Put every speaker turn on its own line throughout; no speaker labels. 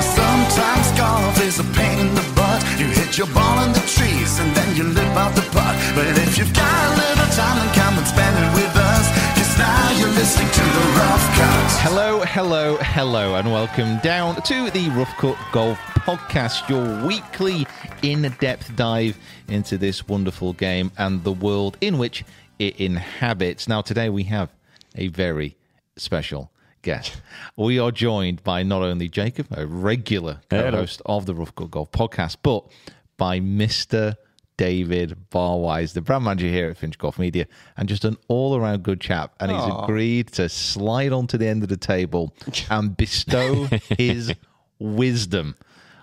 Sometimes golf is a pain in the butt. You hit your ball in the trees and then you lip out the putt. But if you've got a little time, then come and spend it with us. Cause now you're listening to the rough cut.
Hello, hello, hello, and welcome down to the Rough Cut Golf Podcast, your weekly in depth dive into this wonderful game and the world in which it inhabits. Now, today we have a very special guest. We are joined by not only Jacob, a regular co host of the Rough Cut Golf Podcast, but by Mr. David Barwise, the brand manager here at Finch Golf Media, and just an all around good chap. And he's agreed to slide onto the end of the table and bestow his wisdom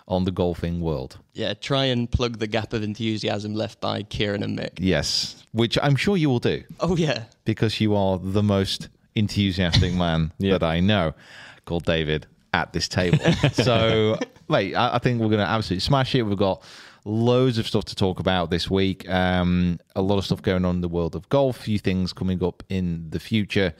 on the golfing world.
Yeah, try and plug the gap of enthusiasm left by Kieran and Mick.
Yes, which I'm sure you will do
Oh yeah,
because you are the most enthusiastic man that I know, called David, at this table. so, mate, I, I think we're going to absolutely smash it. We've got loads of stuff to talk about this week. Um, a lot of stuff going on in the world of golf, few things coming up in the future.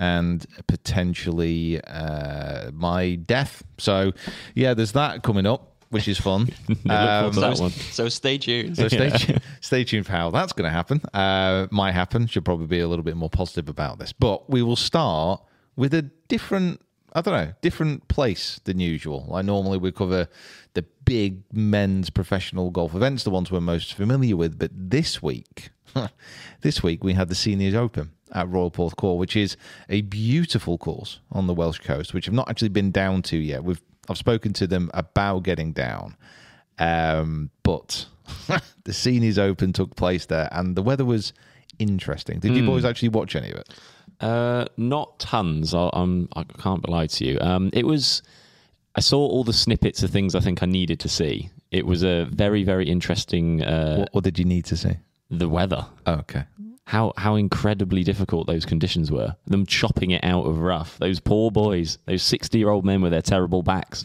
And potentially uh, my death. So, yeah, there's that coming up, which is fun. Um,
so, so stay tuned.
so stay, tuned, stay tuned for how that's going to happen. Uh, might happen. Should probably be a little bit more positive about this. But we will start with a different, I don't know, different place than usual. Like normally we cover the big men's professional golf events, the ones we're most familiar with. But this week, this week we had the Seniors Open at Royal Porthcawl, which is a beautiful course on the Welsh coast, which I've not actually been down to yet. We've I've spoken to them about getting down. Um, but the seniors open took place there, and the weather was interesting. Did you boys actually watch any of it?
Uh, not tons. I, I'm, I can't lie to you. Um, it was. I saw all the snippets of things I think I needed to see. It was a very, very interesting. Uh,
what, what did you need to see?
the weather,
Oh, okay.
how how incredibly difficult those conditions were. Them chopping it out of rough. Those poor boys, those sixty-year-old men with their terrible backs,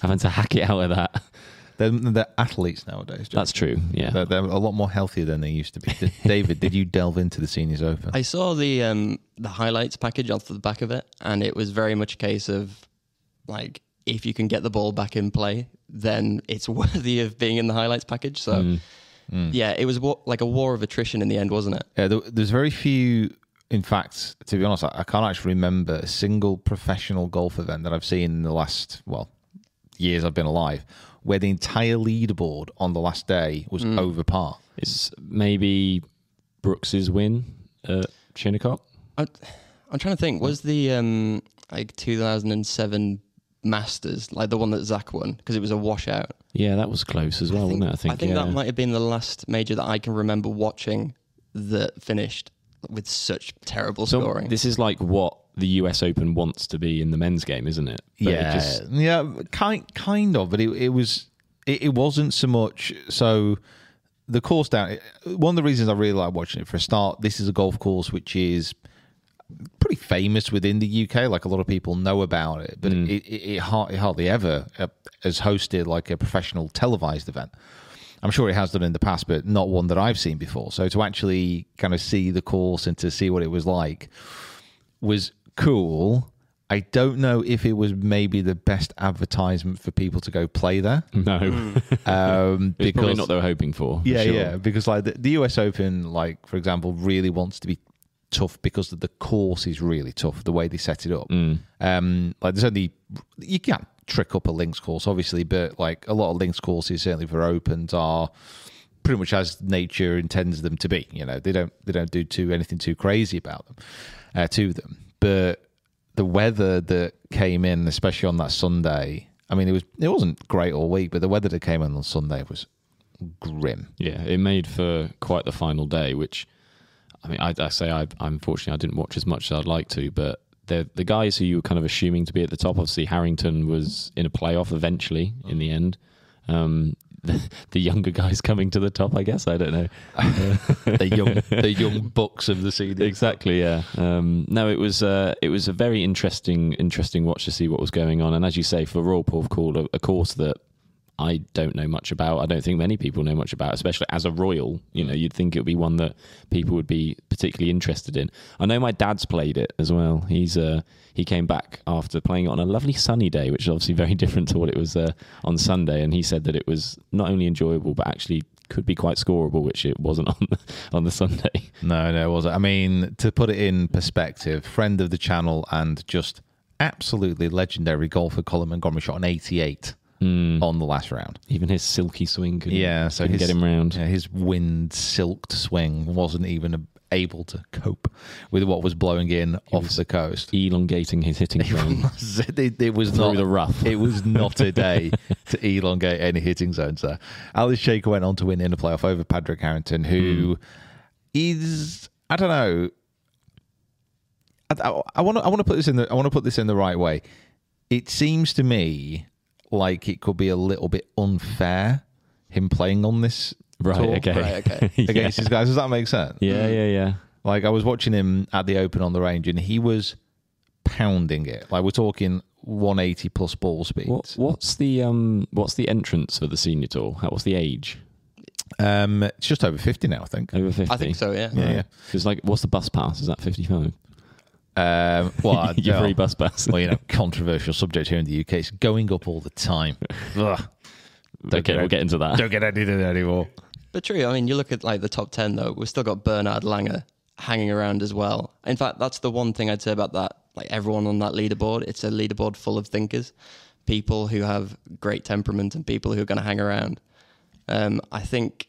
having to hack it out of that.
They're, they're athletes nowadays. Jack.
That's true.
They're,
Yeah.
they're a lot more healthier than they used to be. Did- David, did you delve into the seniors open?
I saw the um, the highlights package off the back of it, and it was very much a case of like if you can get the ball back in play, then it's worthy of being in the highlights package. So yeah, it was wa- like a war of attrition in the end, wasn't it?
Yeah, Uh, there, there's very few. In fact, to be honest, I, I can't actually remember a single professional golf event that I've seen in the last well years I've been alive where the entire leaderboard on the last day was over par.
It's maybe Brooks's win at Shinnecock.
I, I'm trying to think. Was the um, like 2007 Masters like the one that Zach won because it was a washout?
Yeah, that was close as well, wasn't it? I think. yeah.
that might have been the last major that I can remember watching that finished with such terrible
So
scoring.
this is like what the US Open wants to be in the men's game, isn't it? But it
yeah,
just-
yeah, kind kind of, but it, it was it, it wasn't so much. So the course down. One of the reasons I really like watching it for a start. This is a golf course which is pretty famous within the UK. Like a lot of people know about it, but it, it, it, har- it hardly ever uh, has hosted like a professional televised event. I'm sure it has done in the past, but not one that I've seen before. So to actually kind of see the course and to see what it was like was cool. I don't know if it was maybe the best advertisement for people to go play there.
No,
Um,
it's probably not they were hoping for. for
yeah,
sure.
yeah, because like the, the US Open, like for example, really wants to be tough because the course is really tough. The way they set it up,
Mm.
um, like there's only you can't trick up a links course, obviously, but like a lot of links courses, certainly for opens, are pretty much as nature intends them to be. You know, they don't they don't do too anything too crazy about them uh, to them, but the weather that came in, especially on that Sunday. I mean, it was it wasn't great all week, but the weather that came in on Sunday was grim.
Yeah, it made for quite the final day, which I mean, I, I say I, unfortunately I didn't watch as much as I'd like to, but the the guys who you were kind of assuming to be at the top, obviously Harrington was in a playoff eventually in the end. Um, the, the younger guys coming to the top, I guess. I don't know.
the young the young bucks of the CD.
Exactly. Yeah. Um, no, it was uh, it was a very interesting interesting watch to see what was going on, and as you say, for Royal Porth Call, a, a course that I don't know much about. I don't think many people know much about, especially as a Royal. You know, you'd think it would be one that people would be particularly interested in. I know my dad's played it as well. He's uh, he came back after playing it on a lovely sunny day, which is obviously very different to what it was uh, on Sunday, and he said that it was not only enjoyable but actually could be quite scoreable, which it wasn't on the, on the Sunday.
No, no, it wasn't. I mean, to put it in perspective, friend of the channel and just absolutely legendary golfer Colin Montgomery shot an 88 on the last round.
Even his silky swing couldn't,
Yeah, so
couldn't
his,
get him round.
yeah, his wind silked swing wasn't even able to cope with what was blowing in off the coast.
Elongating his hitting zone.
it, it was
Um, Through
not
the rough.
It was not a day to elongate any hitting zones there. Alice Shaker went on to win in the playoff over Patrick Harrington, who
Hmm.
is I don't know. I want to I want to put this in the I want to put this in the right way. It seems to me like it could be a little bit unfair him playing on this
Right,
tour
okay. Hmm.
Right, okay.
against these guys. Does that make sense?
yeah, yeah, yeah.
Like I was watching him at the Open on the range, and he was pounding it. Like we're talking 180 plus ball speed.
What, what's the um? What's the entrance for the senior tour? How- What's the age?
Um, it's just over 50 now, I think.
Over fifty.
I think so, yeah.
Yeah, yeah.
It's like, what's the bus pass? Is that fifty-five?
Um, well, I
Your
don't-
free bus pass.
well, you know, controversial subject here in the UK. It's going up all the time. Ugh,
okay, we'll get into that.
don't get edited anymore.
But true, I mean, you look at like the top 10 though, we've still got Bernard Langer hanging around as well. In fact, that's the one thing I'd say about that. Like everyone on that leaderboard, it's a leaderboard full of thinkers, people who have great temperament and people who are going to hang around. Um, I think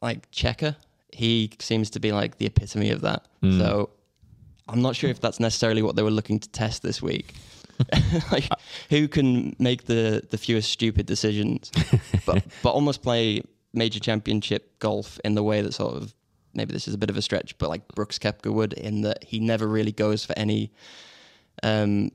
like Checker, he seems to be like the epitome of that. So I'm not sure if that's necessarily what they were looking to test this week. like who can make the the fewest stupid decisions, but but almost play major championship golf in the way that sort of maybe this is a bit of a stretch, but like Brooks Koepka would in that he never really goes for any um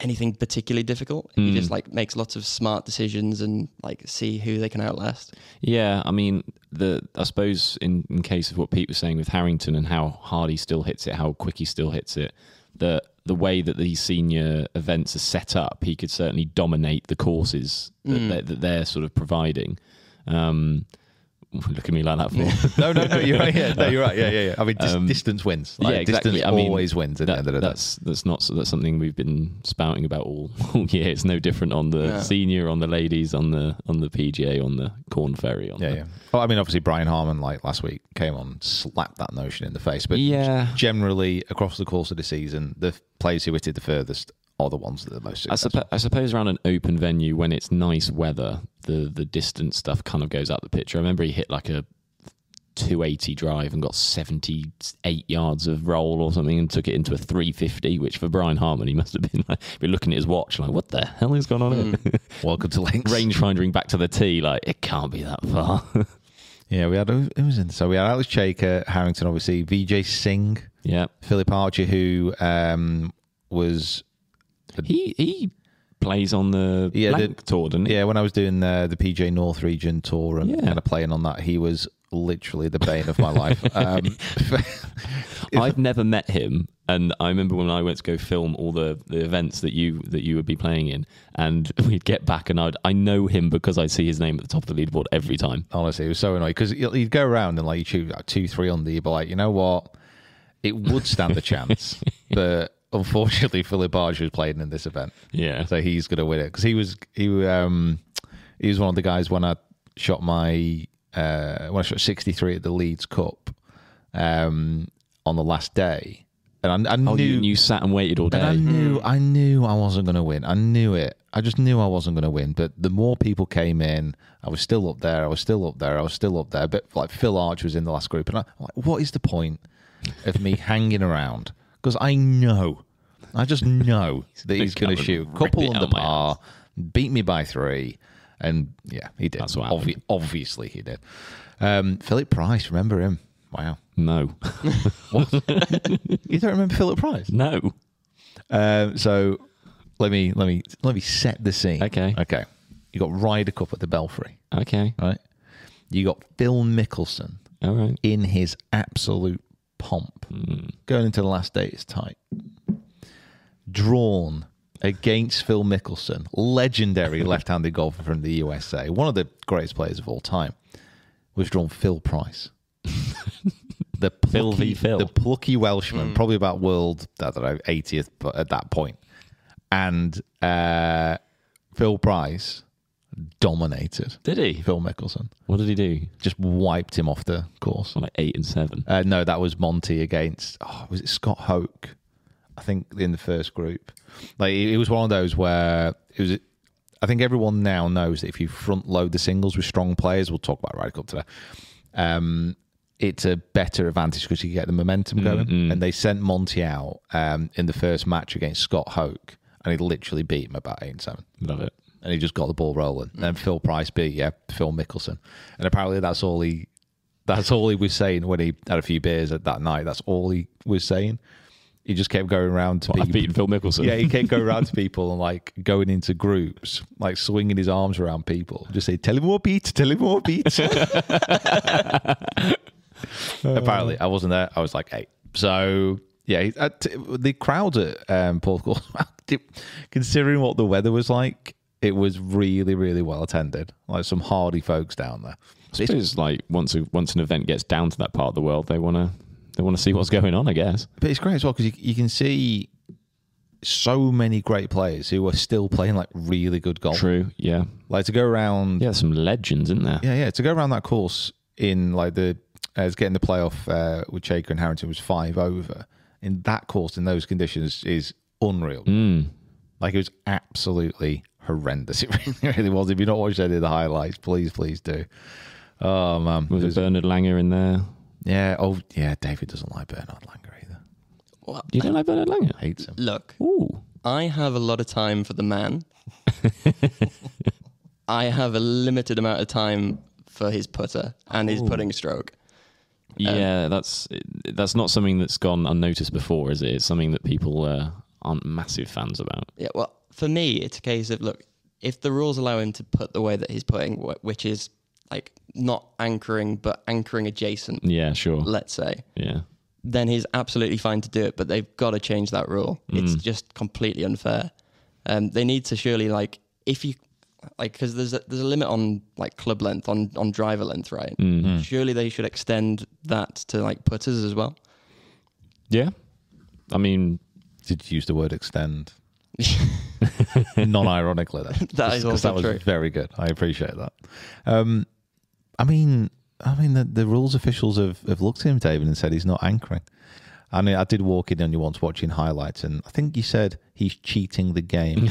anything particularly difficult. He just like makes lots of smart decisions and like see who they can outlast.
Yeah, I mean, the I suppose in, in case of what Pete was saying with Harrington and how hard he still hits it, how quick he still hits it, the the way that these senior events are set up, he could certainly dominate the courses that,
Mm.
they're, that they're sort of providing. Um, look at me like that for.
No, no, no, you're right. Yeah, no, you're right. Yeah, yeah, yeah. I mean, dis-
Um,
distance wins. Like, Distance always wins at
that-
the end of the day.
that's that's not so that's something we've been spouting about all, all year. It's no different on the senior, on the ladies, on the on the PGA, on the Corn Ferry, on
Yeah,
the,
yeah. Well, I mean, obviously, Brian Harmon, like last week, came on, slapped that notion in the face. But
Yeah.
g- generally, across the course of the season, the f- players who hit it the furthest are the ones that are the most
I,
successful.
suppo- I suppose around an open venue when it's nice weather, the the distance stuff kind of goes out the picture. I remember he hit like a 280 drive and got 78 yards of roll or something and took it into a 350, which for Brian Harmon, he must have been like, be looking at his watch like, what the hell is going on? here?
Welcome to Links.
Range findering back to the tee, like, it can't be that far.
Yeah, we had who who was in? So we had Alex Shaker, Harrington, obviously, Vijay Singh,
yeah.
Philip Archer, who um, was
He, he plays on the
Yeah,
yeah,
the-
blank tour, doesn't he?
yeah. When I was doing uh, the PJ North Region tour and
Yeah.
kind of playing on that, he was literally the bane of my life. Um,
I've never met him, and I remember when I went to go film all the, the events that you that you would be playing in, and we'd get back, and I'd I know him because I see his name at the top of the leaderboard every time.
honestly, it was so annoying because you'd go around and like you choose like, two, three on the, but like you know what, it would stand a chance, but unfortunately, Philip Barge was playing in this event.
Yeah.
so he's gonna win it because he was he um he was one of the guys when I shot my uh when I shot sixty three at the Leeds Cup um on the last day, and I, I
Oh,
knew
you, you sat and waited all day.
and I
Hmm.
knew, I knew I wasn't going to win. I knew it. I just knew I wasn't going to win. But the more people came in, I was still up there. I was still up there. I was still up there. But like Phil Arch was in the last group, and I, I'm like, what is the point of me hanging around? Because I know, I just know that he's
gonna
going to
come
shoot
and rip
couple
it
under
out my
par, beat me by three, and yeah, he did.
That's what
Obvi-
happened.
obviously he did. Um, Philip Price, remember him? Wow,
no,
what? you don't remember Philip Price?
no.
Um, so let me let me let me set the scene.
Okay.
Okay. You got Ryder Cup at the Belfry,
Okay,
right? You got Phil Mickelson
all right.
in his absolute pomp.
Hmm.
Going into the last day, it's tight. Drawn against Phil Mickelson, legendary left handed golfer from the USA, one of the greatest players of all time, was drawn Phil Price. the plucky,
Phil v. Phil. Hmm.
The plucky Welshman, probably about world, I don't know, 80th but at that point. And uh, Phil Price dominated
Did he?
Phil Mickelson,
What did he do?
just wiped him off the course.
Like eight and seven.
Uh, no, that was Monty against. Oh, was it Scott Hoke? I think in the first group, like it, it was one of those where it was. I think everyone now knows that if you front load the singles with strong players, we'll talk about Ryder Cup today. Um, it's a better advantage because you get the
Mm-hmm.
momentum going. And they sent Monty out um, in the first match against Scott Hoke, and he literally beat him about eight and seven
Love it. Mm.
and he just got the ball rolling. And Phil Price beat yeah Phil Mickelson, and apparently that's all he that's all he was saying when he had a few beers at that night. That's all he was saying. He just kept going around to
Well, I've
people.
beaten Phil Mickelson.
Yeah, he kept going around to people and like going into groups, like swinging his arms around people. Just say, "Tell him more beats, tell him more beats." Apparently, I wasn't there. I was like eight. So yeah, he- at, the crowd at um, Portugal, considering what the weather was like, it was really, really well attended. Like some hardy folks down there.
I suppose like once a, once an event gets down to that part of the world, they wanna they wanna see what's going on. I guess.
But it's great as well because you, you can see so many great players who are still playing like really good golf.
True. Yeah.
Like to go around,
Yeah. there's Some legends, isn't there?
yeah, yeah, to go around that course in like the uh, getting the playoff uh, with Shaker and Harrington was five over in that course in those conditions is unreal.
Hmm.
Like it was absolutely horrendous. It really, really was. If you've not watched any of the highlights, please, please do. Oh man,
Was it Bernard Langer in there?
yeah, oh yeah. David doesn't like Bernard Langer either.
Well,
You don't like Bernard Langer?
Hates him.
look,
Ooh.
Um,
I have a lot of time for the man. I have a limited amount of time for his putter and his putting stroke.
Yeah, that's that's not something that's gone unnoticed before, is it? It's something that people uh, aren't massive fans about.
Yeah, well, for me, it's a case of look, if the rules allow him to put the way that he's putting, wh- which is like not anchoring, but anchoring adjacent,
Yeah, sure.
let's say,
yeah.
then he's absolutely fine to do it. But they've got to change that rule. It's just completely unfair. Um, they need to surely like if you like because there's a, there's a limit on like club length on on driver length, right? Surely they should extend that to like putters as well.
Yeah. I mean,
Did you use the word extend? Non-ironically, though.
That is
'Cause
also
that
true.
was very good. I appreciate that. Um, I mean, I mean, the, the rules officials have, have looked at him, David, and said he's not anchoring. I mean, I did walk in on you once watching highlights, and I think you said he's cheating the game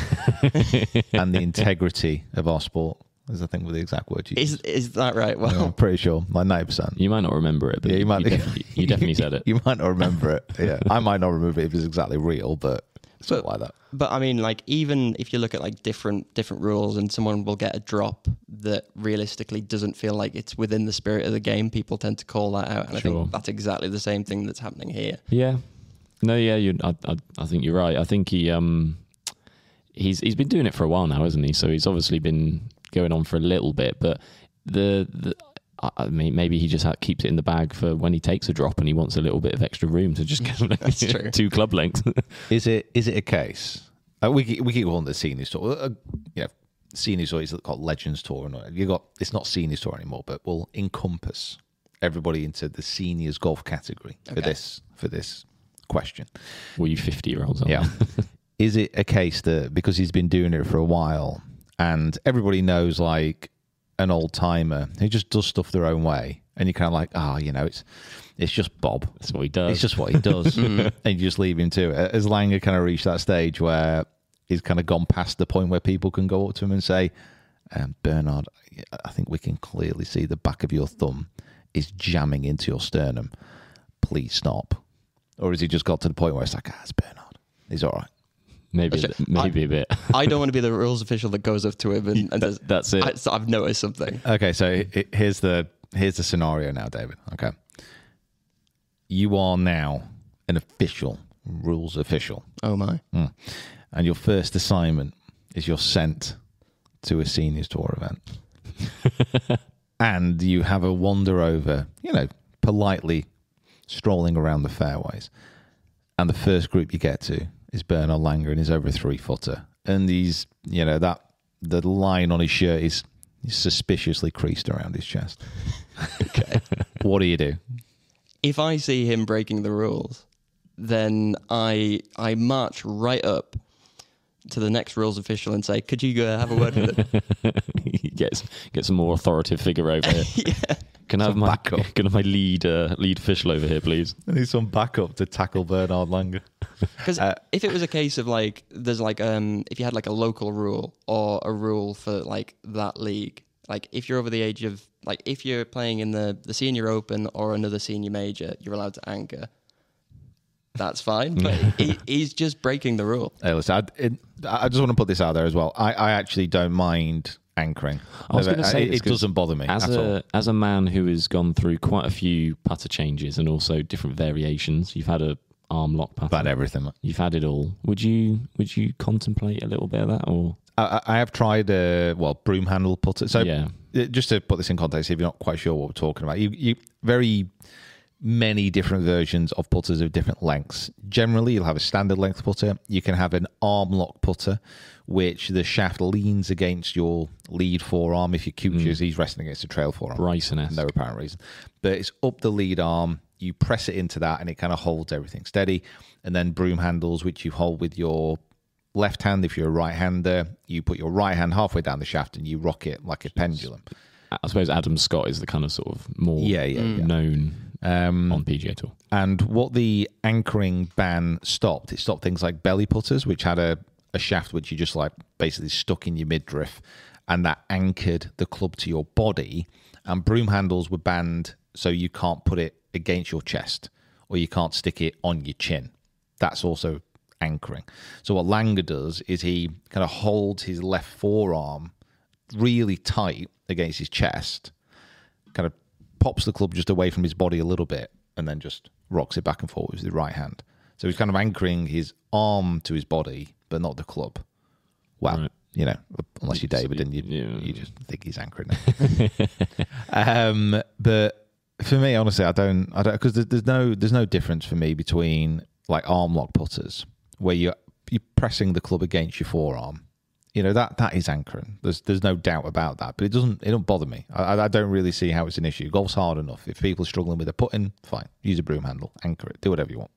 and the integrity of our sport. Is I think were the exact word you
Is
used.
is that right? Well,
I'm pretty sure, like ninety percent.
you might not remember it, but
Yeah, you
you,
might-
you definitely, you definitely said it.
You might not remember it. Yeah, I might not remember it if it's exactly real, but it's not like that.
But I mean, like even if you look at like different different rules, and someone will get a drop that realistically doesn't feel like it's within the spirit of the game, people tend to call that out, and I
Sure.
think that's exactly the same thing that's happening here.
Yeah. No, yeah, you I, I I think you're right. I think he um he's he's been doing it for a while now, hasn't he? So he's obviously been going on for a little bit, but the, the I- I mean, maybe he just ha- keeps it in the bag for when he takes a drop and he wants a little bit of extra room to just get
That's true.
two club lengths.
Is it is it a case? Uh, we keep- we keep calling the seniors tour. Uh, you know, seniors tour is called Legends tour, and uh, you got it's not seniors tour anymore, but will encompass everybody into the seniors golf category for this for this question.
Were you 50 year olds?
Yeah, is it a case that because he's been doing it for a while, and everybody knows like an old timer who just does stuff their own way, and you're kind of like, ah, you know, it's it's just Bob.
That's what he does.
It's just what he does, and you just leave him to it. Has Langer kind of reached that stage where he's kind of gone past the point where people can go up to him and say, um, "Bernard, I think we can clearly see the back of your thumb is jamming into your sternum. Please stop." Or has he just got to the point where it's like, "Ah, it's Bernard. He's all right."
maybe, a
Actually,
bit- maybe a bit.
I don't want to be the rules official that goes up to him and, and says,
that's it.
I, so I've noticed something.
Okay, so he- here's the here's the scenario now, David. Okay, you are now an official rules official.
Oh my.
Mm. And your first assignment is you're sent to a seniors tour event. and you have a wander over, you know, politely strolling around the fairways. And the first group you get to is Bernard Langer and he's over a three footer. And he's, you know, that the line on his shirt is suspiciously creased around his chest. okay. What do you do?
if I see him breaking the rules, then I I march right up to the next rules official and say, "Could you go have a word with him?"
get get some more authoritative figure over here. Can I have
Some
my
backup.
can I have my lead uh, lead official over here, please?
I need some backup to tackle Bernard Langer.
Because
Uh,
if it was a case of like, there's like um, if you had like a local rule or a rule for like that league, like if you're over the age of like if you're playing in the the senior open or another senior major, you're allowed to anchor. That's fine, but he, he's just breaking the rule.
Hey, listen, I, it, I just want to put this out there as well. I, I actually don't mind anchoring.
I was
No,
going to
but
say
uh, it,
this
it
'cause
doesn't bother me
as
at
a
all.
as a man who has gone through quite a few putter changes and also different variations. You've had a arm lock putter.
About everything. mate.
You've had it all. Would you would you contemplate a little bit of that or
I, I I have tried a well broom handle putter. So
Yeah.
uh, just to put this in context, if you're not quite sure what we're talking about, you, you very many different versions of putters of different lengths. Generally, you'll have a standard length putter. You can have an arm lock putter, which the shaft leans against your lead forearm. If you
Mm.
cooches, he's resting against the trail forearm.
Bryson
no apparent reason. But it's up the lead arm. You press it into that, and it kind of holds everything steady. And then broom handles, which you hold with your left hand. If you're a right hander, you put your right hand halfway down the shaft, and you rock it like a pendulum.
I suppose Adam Scott is the kind of sort of more
Yeah, yeah, yeah. Um,
known on PGA Tour.
And what the anchoring ban stopped, it stopped things like belly putters, which had a, a shaft which you just like basically stuck in your midriff and that anchored the club to your body. And broom handles were banned so you can't put it against your chest or you can't stick it on your chin. That's also anchoring. So what Langer does is he kind of holds his left forearm really tight against his chest kind of pops the club just away from his body a little bit and then just rocks it back and forth with the right hand. So he's kind of anchoring his arm to his body, but not the club. Wow.
Right.
You know, unless you're David and you,
Yeah.
you just think he's anchoring it. um, but for me, honestly, I don't, I don't, because there's, there's no, there's no difference for me between like arm lock putters where you're, you're pressing the club against your forearm. You know that that is anchoring. There's there's no doubt about that. But it doesn't it don't bother me. I, I- I don't really see how it's an issue. Golf's hard enough. If people are struggling with a putting, fine. Use a broom handle, anchor it, do whatever you want.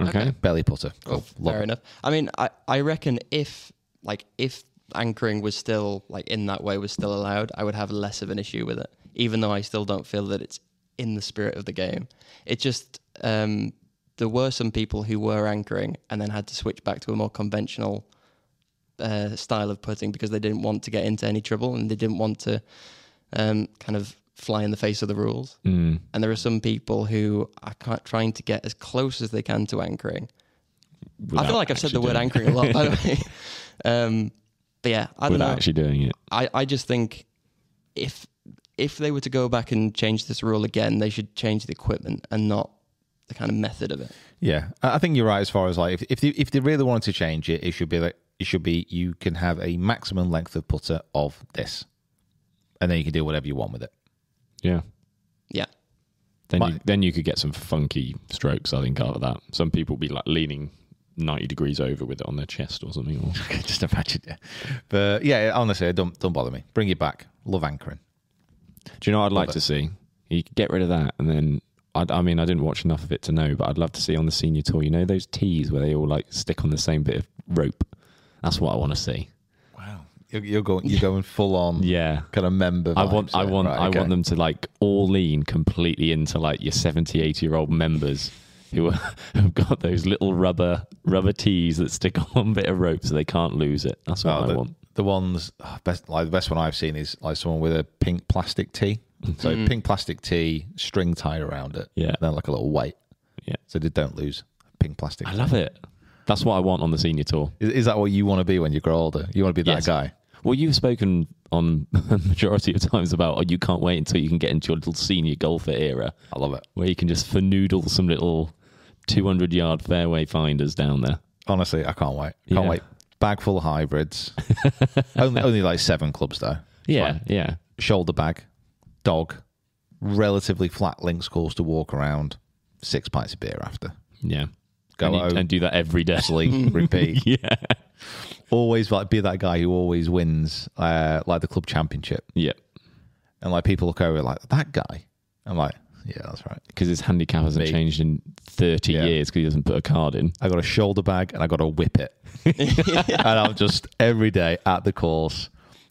Okay.
Belly putter, cool. Oh, Love
Fair
it.
enough. I mean, I, I reckon if like if anchoring was still like in that way was still allowed, I would have less of an issue with it. Even though I still don't feel that it's in the spirit of the game. It just um, there were some people who were anchoring and then had to switch back to a more conventional uh, style of putting because they didn't want to get into any trouble and they didn't want to um, kind of fly in the face of the rules. Mm. And there are some people who are ca- trying to get as close as they can to anchoring. I
Without
feel like I've said the
actually
word
doing
anchoring a lot, by the way. Um, but yeah, I
it.
don't
without
know.
actually doing it.
I, I just think if if they were to go back and change this rule again, they should change the equipment and not the kind of method of it.
Yeah, I I think you're right as far as like if if they, if they really wanted to change it, it should be like it should be you can have a maximum length of putter of this, and then you can do whatever you want with it.
Yeah.
Yeah.
Then
My-
you, then you could get some funky strokes. I think out of that. Some people be like leaning ninety degrees over with it on their chest or something. Or,
I can just imagine it. But yeah, honestly, don't don't bother me. Bring it back. Love anchoring.
do you know? what I'd like to see you could get rid of that, and then I'd, I mean, I didn't watch enough of it to know, but I'd love to see on the senior tour. You know those tees where they all like stick on the same bit of rope. That's what I want to see.
Wow, you're, you're going you're going full on.
Yeah.
kind of member.
I want,
vibes
I
there.
want,
Right,
I
okay.
want them to like all lean completely into like your 70, 80 year old members who are, have got those little rubber, rubber tees that stick on one bit of rope so they can't lose it. That's what
Oh,
I
the,
want.
the ones oh, best like the best one I've seen is like someone with a pink plastic tee. So pink plastic tee, string tied around it.
Mm-hmm. Yeah.
and then like a little weight.
Yeah.
so they don't lose. Pink plastic.
I love it. That's what I want on the senior tour.
Is, is that what you want to be when you grow older? You want to be that
Yes.
guy.
Well, you've spoken on majority of times about, oh, you can't wait until you can get into your little senior golfer era
I love it.
where you can just fanoodle some little 200 yard fairway finders down there.
Honestly, I can't wait. Can't
Yeah.
wait. Bag full of hybrids. only, only like seven clubs though.
Yeah. Yeah.
shoulder bag, dog, relatively flat links course to walk around, six pints of beer after.
Yeah.
Go
and, you-
home,
and do that every day.
sleep, repeat.
Mm. Yeah.
Always like be that guy who always wins uh, like the club championship.
Yeah.
And like people look over like that guy. I'm like, yeah, that's right.
because his handicap hasn't
Me.
changed in 30
Yeah.
years because he doesn't put a card in.
I got a shoulder bag and I got a whip it. and I'm just every day at the course.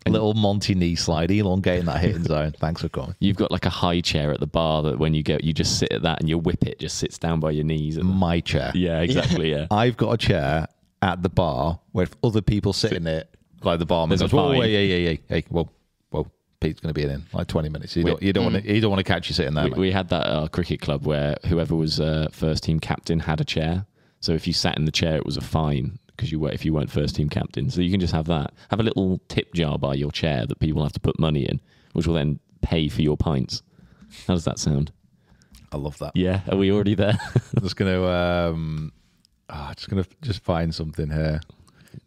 Little Monty knee slide, elongating that hitting zone. Thanks for coming.
You've got like a high chair at the bar that when you go, you just sit at that and your whip it just sits down by your knees. And,
My chair.
yeah, exactly. Yeah.
I've got a chair at the bar with other people sitting it, like the barman.
There's a
goes, whoa, whoa,
pie.
whoa, yeah, yeah, yeah, hey, whoa, whoa, Pete's going to be in in like 20 minutes. You don't, you don't want to, you don't want to catch you sitting there.
Mm. We,
mate.
we had that at our cricket club where whoever was uh, first team captain had a chair. So if you sat in the chair, it was a fine because you were if you weren't first team captain. So you can just have that. Have a little tip jar by your chair that people have to put money in, which will then pay for your pints. How does that sound?
I love that.
Yeah, are we already there?
I'm just going to, um, ah, just going to just find something here.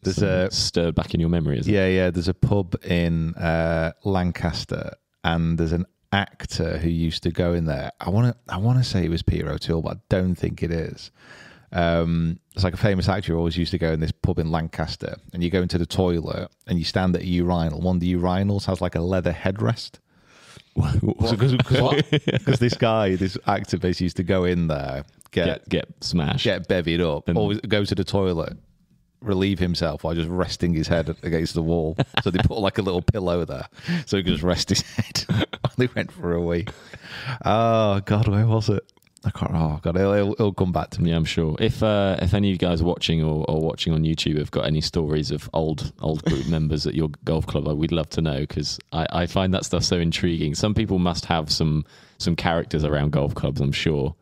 There's a,
Stirred back in your memory, is it?
yeah, yeah, there's a pub in uh, Lancaster and there's an actor who used to go in there. I want to, I want to say it was Peter O'Toole, but I don't think it is. um, it's like a famous actor who always used to go in this pub in Lancaster, and you go into the toilet and you stand at a urinal. One of the urinals has like a leather headrest. Because this guy, this actor, basically used to go in there, get
Get, get smashed.
get bevied up, always go to the toilet, relieve himself while just resting his head against the wall. so they put like a little pillow there, so he could just rest his head. they went for a week. Oh God, where was it? I can't. Oh God, it'll, it'll, it'll come back to me.
Yeah, I'm sure. If uh, if any of you guys watching or, or watching on YouTube have got any stories of old old group members at your golf club, I- we'd love to know because I, I find that stuff so intriguing. Some people must have some some characters around golf clubs. I'm sure.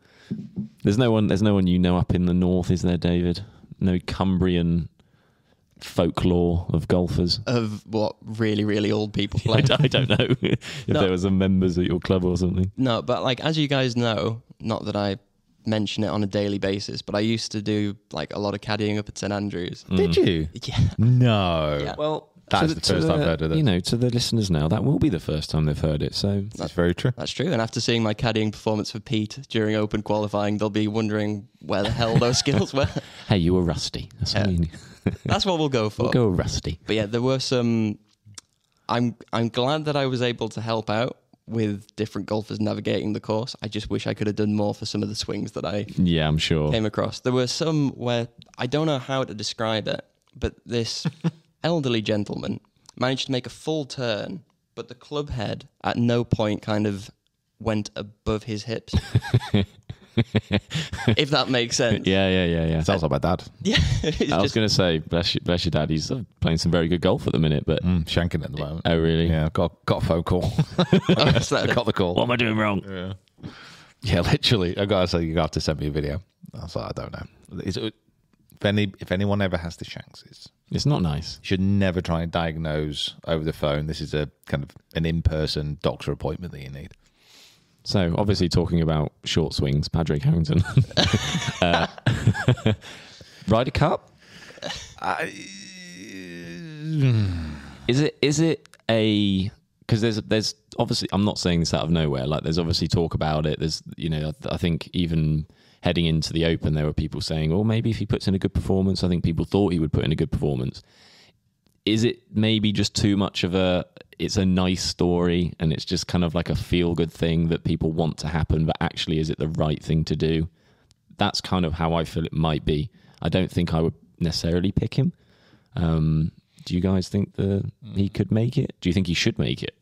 There's no one. There's no one you know up in the north, is there, David? No Cumbrian folklore of golfers.
Of what really, really old people play.
I, d- I don't know if
No.
there was a members at your club or something.
No, but like as you guys know, not that I mention it on a daily basis, but I used to do like a lot of caddying up at St Andrews.
Mm.
Did
Hmm.
you?
Yeah.
No.
Yeah.
Well,
That is the first I've heard of this.
You know, to the listeners now, that will be the first time they've heard it. So
That's very true.
That's true. And after seeing my caddying performance for Pete during open qualifying, they'll be wondering where the hell those skills were.
Hey, you were rusty. That's what
Yeah.
you need.
That's what we'll go for.
We'll go rusty.
But yeah, there were some. I'm I'm glad that I was able to help out with different golfers navigating the course. I just wish I could have done more for some of the swings that I
Yeah, I'm sure.
came across. There were some where I don't know how to describe it, but this elderly gentleman managed to make a full turn, but the club head at no point kind of went above his hips. if that makes sense.
Yeah, yeah, yeah, yeah.
Sounds like my dad.
Yeah. It's
I was
just-
going to say, bless you, bless your dad. He's uh, playing some very good golf at the minute, but
I'm Mm, shanking at the moment.
oh really?
Yeah, got got a phone call.
oh, it's that-
got the
What
call.
am I doing wrong?
Yeah, literally. I gotta say, you have to send me a video. I was like, I don't know. It's, if any if anyone ever has the shanks, it's
It's not nice.
you should never try and diagnose over the phone. This is a kind of an in person doctor appointment that you need.
So obviously, talking about short swings, Patrick Harrington, uh, Ryder Cup. Is it is it a because there's there's obviously I'm not saying this out of nowhere. Like there's obviously talk about it. There's you know I, th- I think even heading into the Open there were people saying, oh maybe if he puts in a good performance, I think people thought he would put in a good performance. Is it maybe just too much of a? It's a nice story, and it's just kind of like a feel good thing that people want to happen. But actually, is it the right thing to do? That's kind of how I feel it might be. I don't think I would necessarily pick him. Um, do you guys think that he could make it? Do you think he should make it?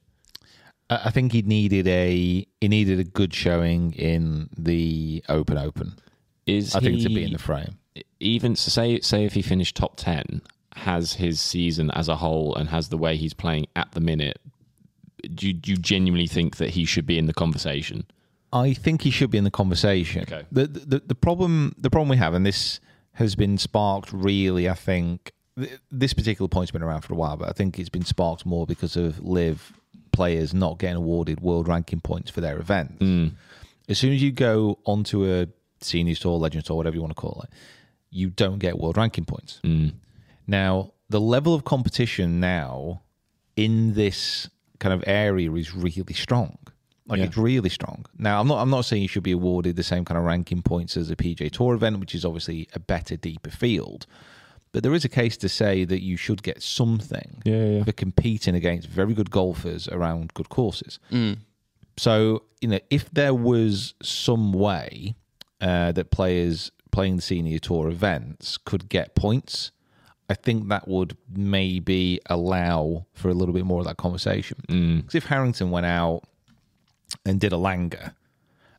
I I think he needed a he needed a good showing in the Open Open.
Is
I think to be
he-
in the frame.
even so say say if he finished top 10 has his season as a whole and has the way he's playing at the minute do you, do you genuinely think that he should be in the conversation
I think he should be in the conversation.
Okay.
The, the the problem the problem we have, and this has been sparked really, I think th- this particular point's been around for a while, but I think it's been sparked more because of live players not getting awarded world ranking points for their events. As soon as you go onto a senior tour, legends tour, whatever you want to call it, you don't get world ranking points. Now, the level of competition now in this kind of area is really strong. Like it's really strong. Now, I'm not I'm not saying you should be awarded the same kind of ranking points as a PJ Tour event, which is obviously a better, deeper field. But there is a case to say that you should get something for competing against very good golfers around good courses. So you know, if there was some way uh, that players playing the senior tour events could get points, I think that would maybe allow for a little bit more of that conversation. Because if Harrington went out and did a langer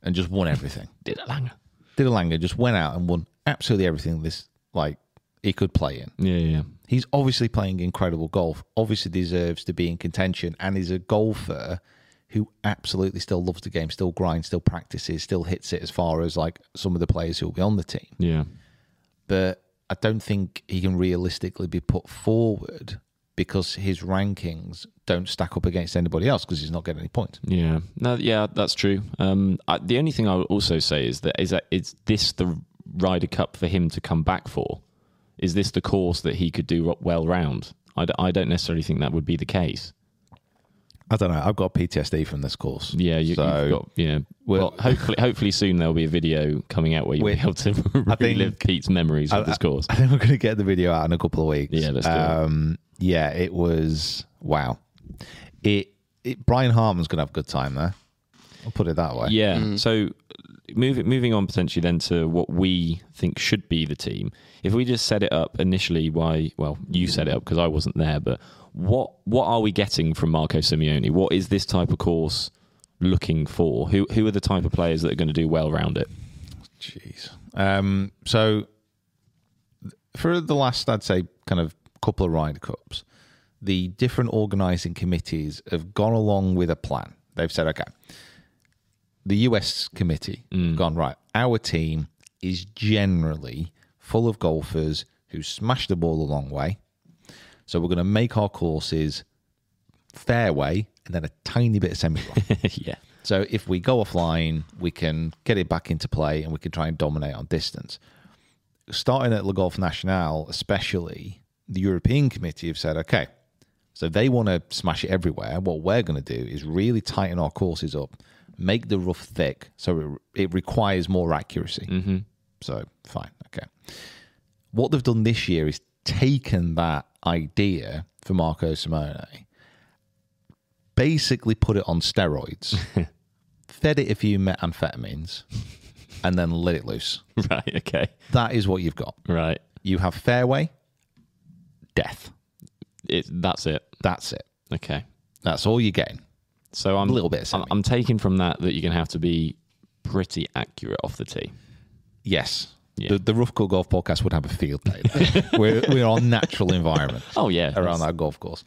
and just won everything,
did it langer
did a langer, just went out and won absolutely everything this like he could play in.
yeah yeah
He's obviously playing incredible golf, obviously deserves to be in contention, and is a golfer who absolutely still loves the game, still grinds, still practices, still hits it as far as like some of the players who will be on the team.
yeah
But I don't think he can realistically be put forward because his rankings don't stack up against anybody else because he's not getting any points.
yeah no yeah that's true um I, the only thing i would also say is that is that is this the Ryder Cup for him to come back for is this the course that he could do well round I d- I don't necessarily think that would be the case
I don't know. I've got PTSD from this course.
Yeah, you,
So-
you've got yeah.
Well-
Well, hopefully, hopefully soon there'll be a video coming out where you'll
We-
be able to
I think-
relive Pete's memories of this course.
I think we're going to get the video out in a couple of weeks.
Yeah, let's do it.
um, Yeah, it was wow. It, it Brian Harmon's going to have a good time there. I'll put it that way.
yeah. So moving moving on potentially then to what we think should be the team. If we just set it up initially, why? Well, you set it up because I wasn't there. But what what are we getting from Marco Simeone? What is this type of course looking for? Who who are the type of players that are going to do well round it?
Jeez. Um, so for the last, I'd say, kind of couple of Ryder Cups, the different organising committees have gone along with a plan. They've said, okay, the US committee have gone right. Our team is generally full of golfers who smash the ball a long way. So we're going to make our courses fairway and then a tiny bit of semi rough.
yeah.
So if we go offline, we can get it back into play and we can try and dominate on distance. Starting at Le Golf National, especially, the European committee have said, okay, so they want to smash it everywhere. What we're going to do is really tighten our courses up, make the rough thick, so it, it requires more accuracy. Mm-hmm. So fine, okay. What they've done this year is taken that idea for Marco Simone, basically put it on steroids, fed it a few methamphetamines, and then let it loose.
Right. Okay.
That is what you've got.
Right.
You have fairway, death.
It, that's it.
That's it.
Okay.
That's all you're getting.
So I'm
A little bit of
I'm,
semi.
I'm taking from that that you're going to have to be pretty accurate off the tee.
Yes.
Yeah.
The, the Rough Core Golf Podcast would have a field day. there. we're, we're our natural environment
Oh yeah,
around that golf course.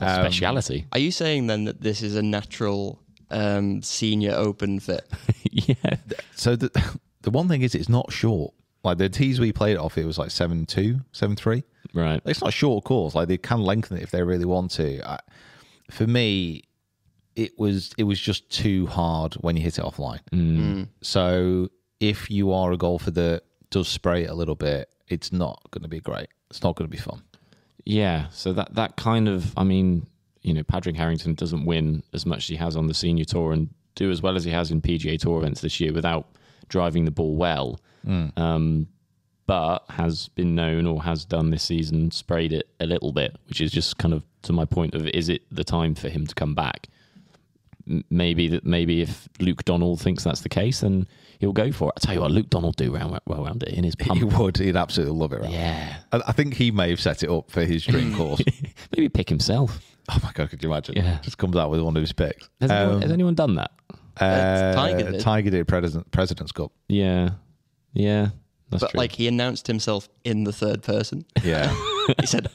Um,
speciality.
Are you saying then that this is a natural um, senior open fit?
yeah,
So the, the one thing is, it's not short. Like the tees we played it off, it was like 7 2, 7 3.
right.
It's not a short course. Like they can lengthen it if they really want to. I, for me, it was it was just too hard when you hit it offline.
Mm.
So if you are a golfer that does spray it a little bit, it's not going to be great. It's not going to be fun.
Yeah, so that that kind of I mean, you know Patrick Harrington doesn't win as much as he has on the senior tour and do as well as he has in PGA Tour events this year without driving the ball well, um, but has been known or has done this season sprayed it a little bit, which is just kind of to my point of is it the time for him to come back? M- Maybe that maybe if Luke Donald thinks that's the case, then he'll go for it. I tell you what, Luke Donald do round well round it in his
He
pump.
would. He'd absolutely love it. Right?
Yeah,
I I think he may have set it up for his dream course.
maybe pick himself.
oh my god, could you imagine?
Yeah.
Just comes out with one of his picks. Um,
Has, anyone, has anyone done that?
That's Tiger
Uh,
did.
Tiger did President, President's Cup.
Yeah, yeah, that's
but
true.
like he announced himself in the third person.
Yeah.
He said,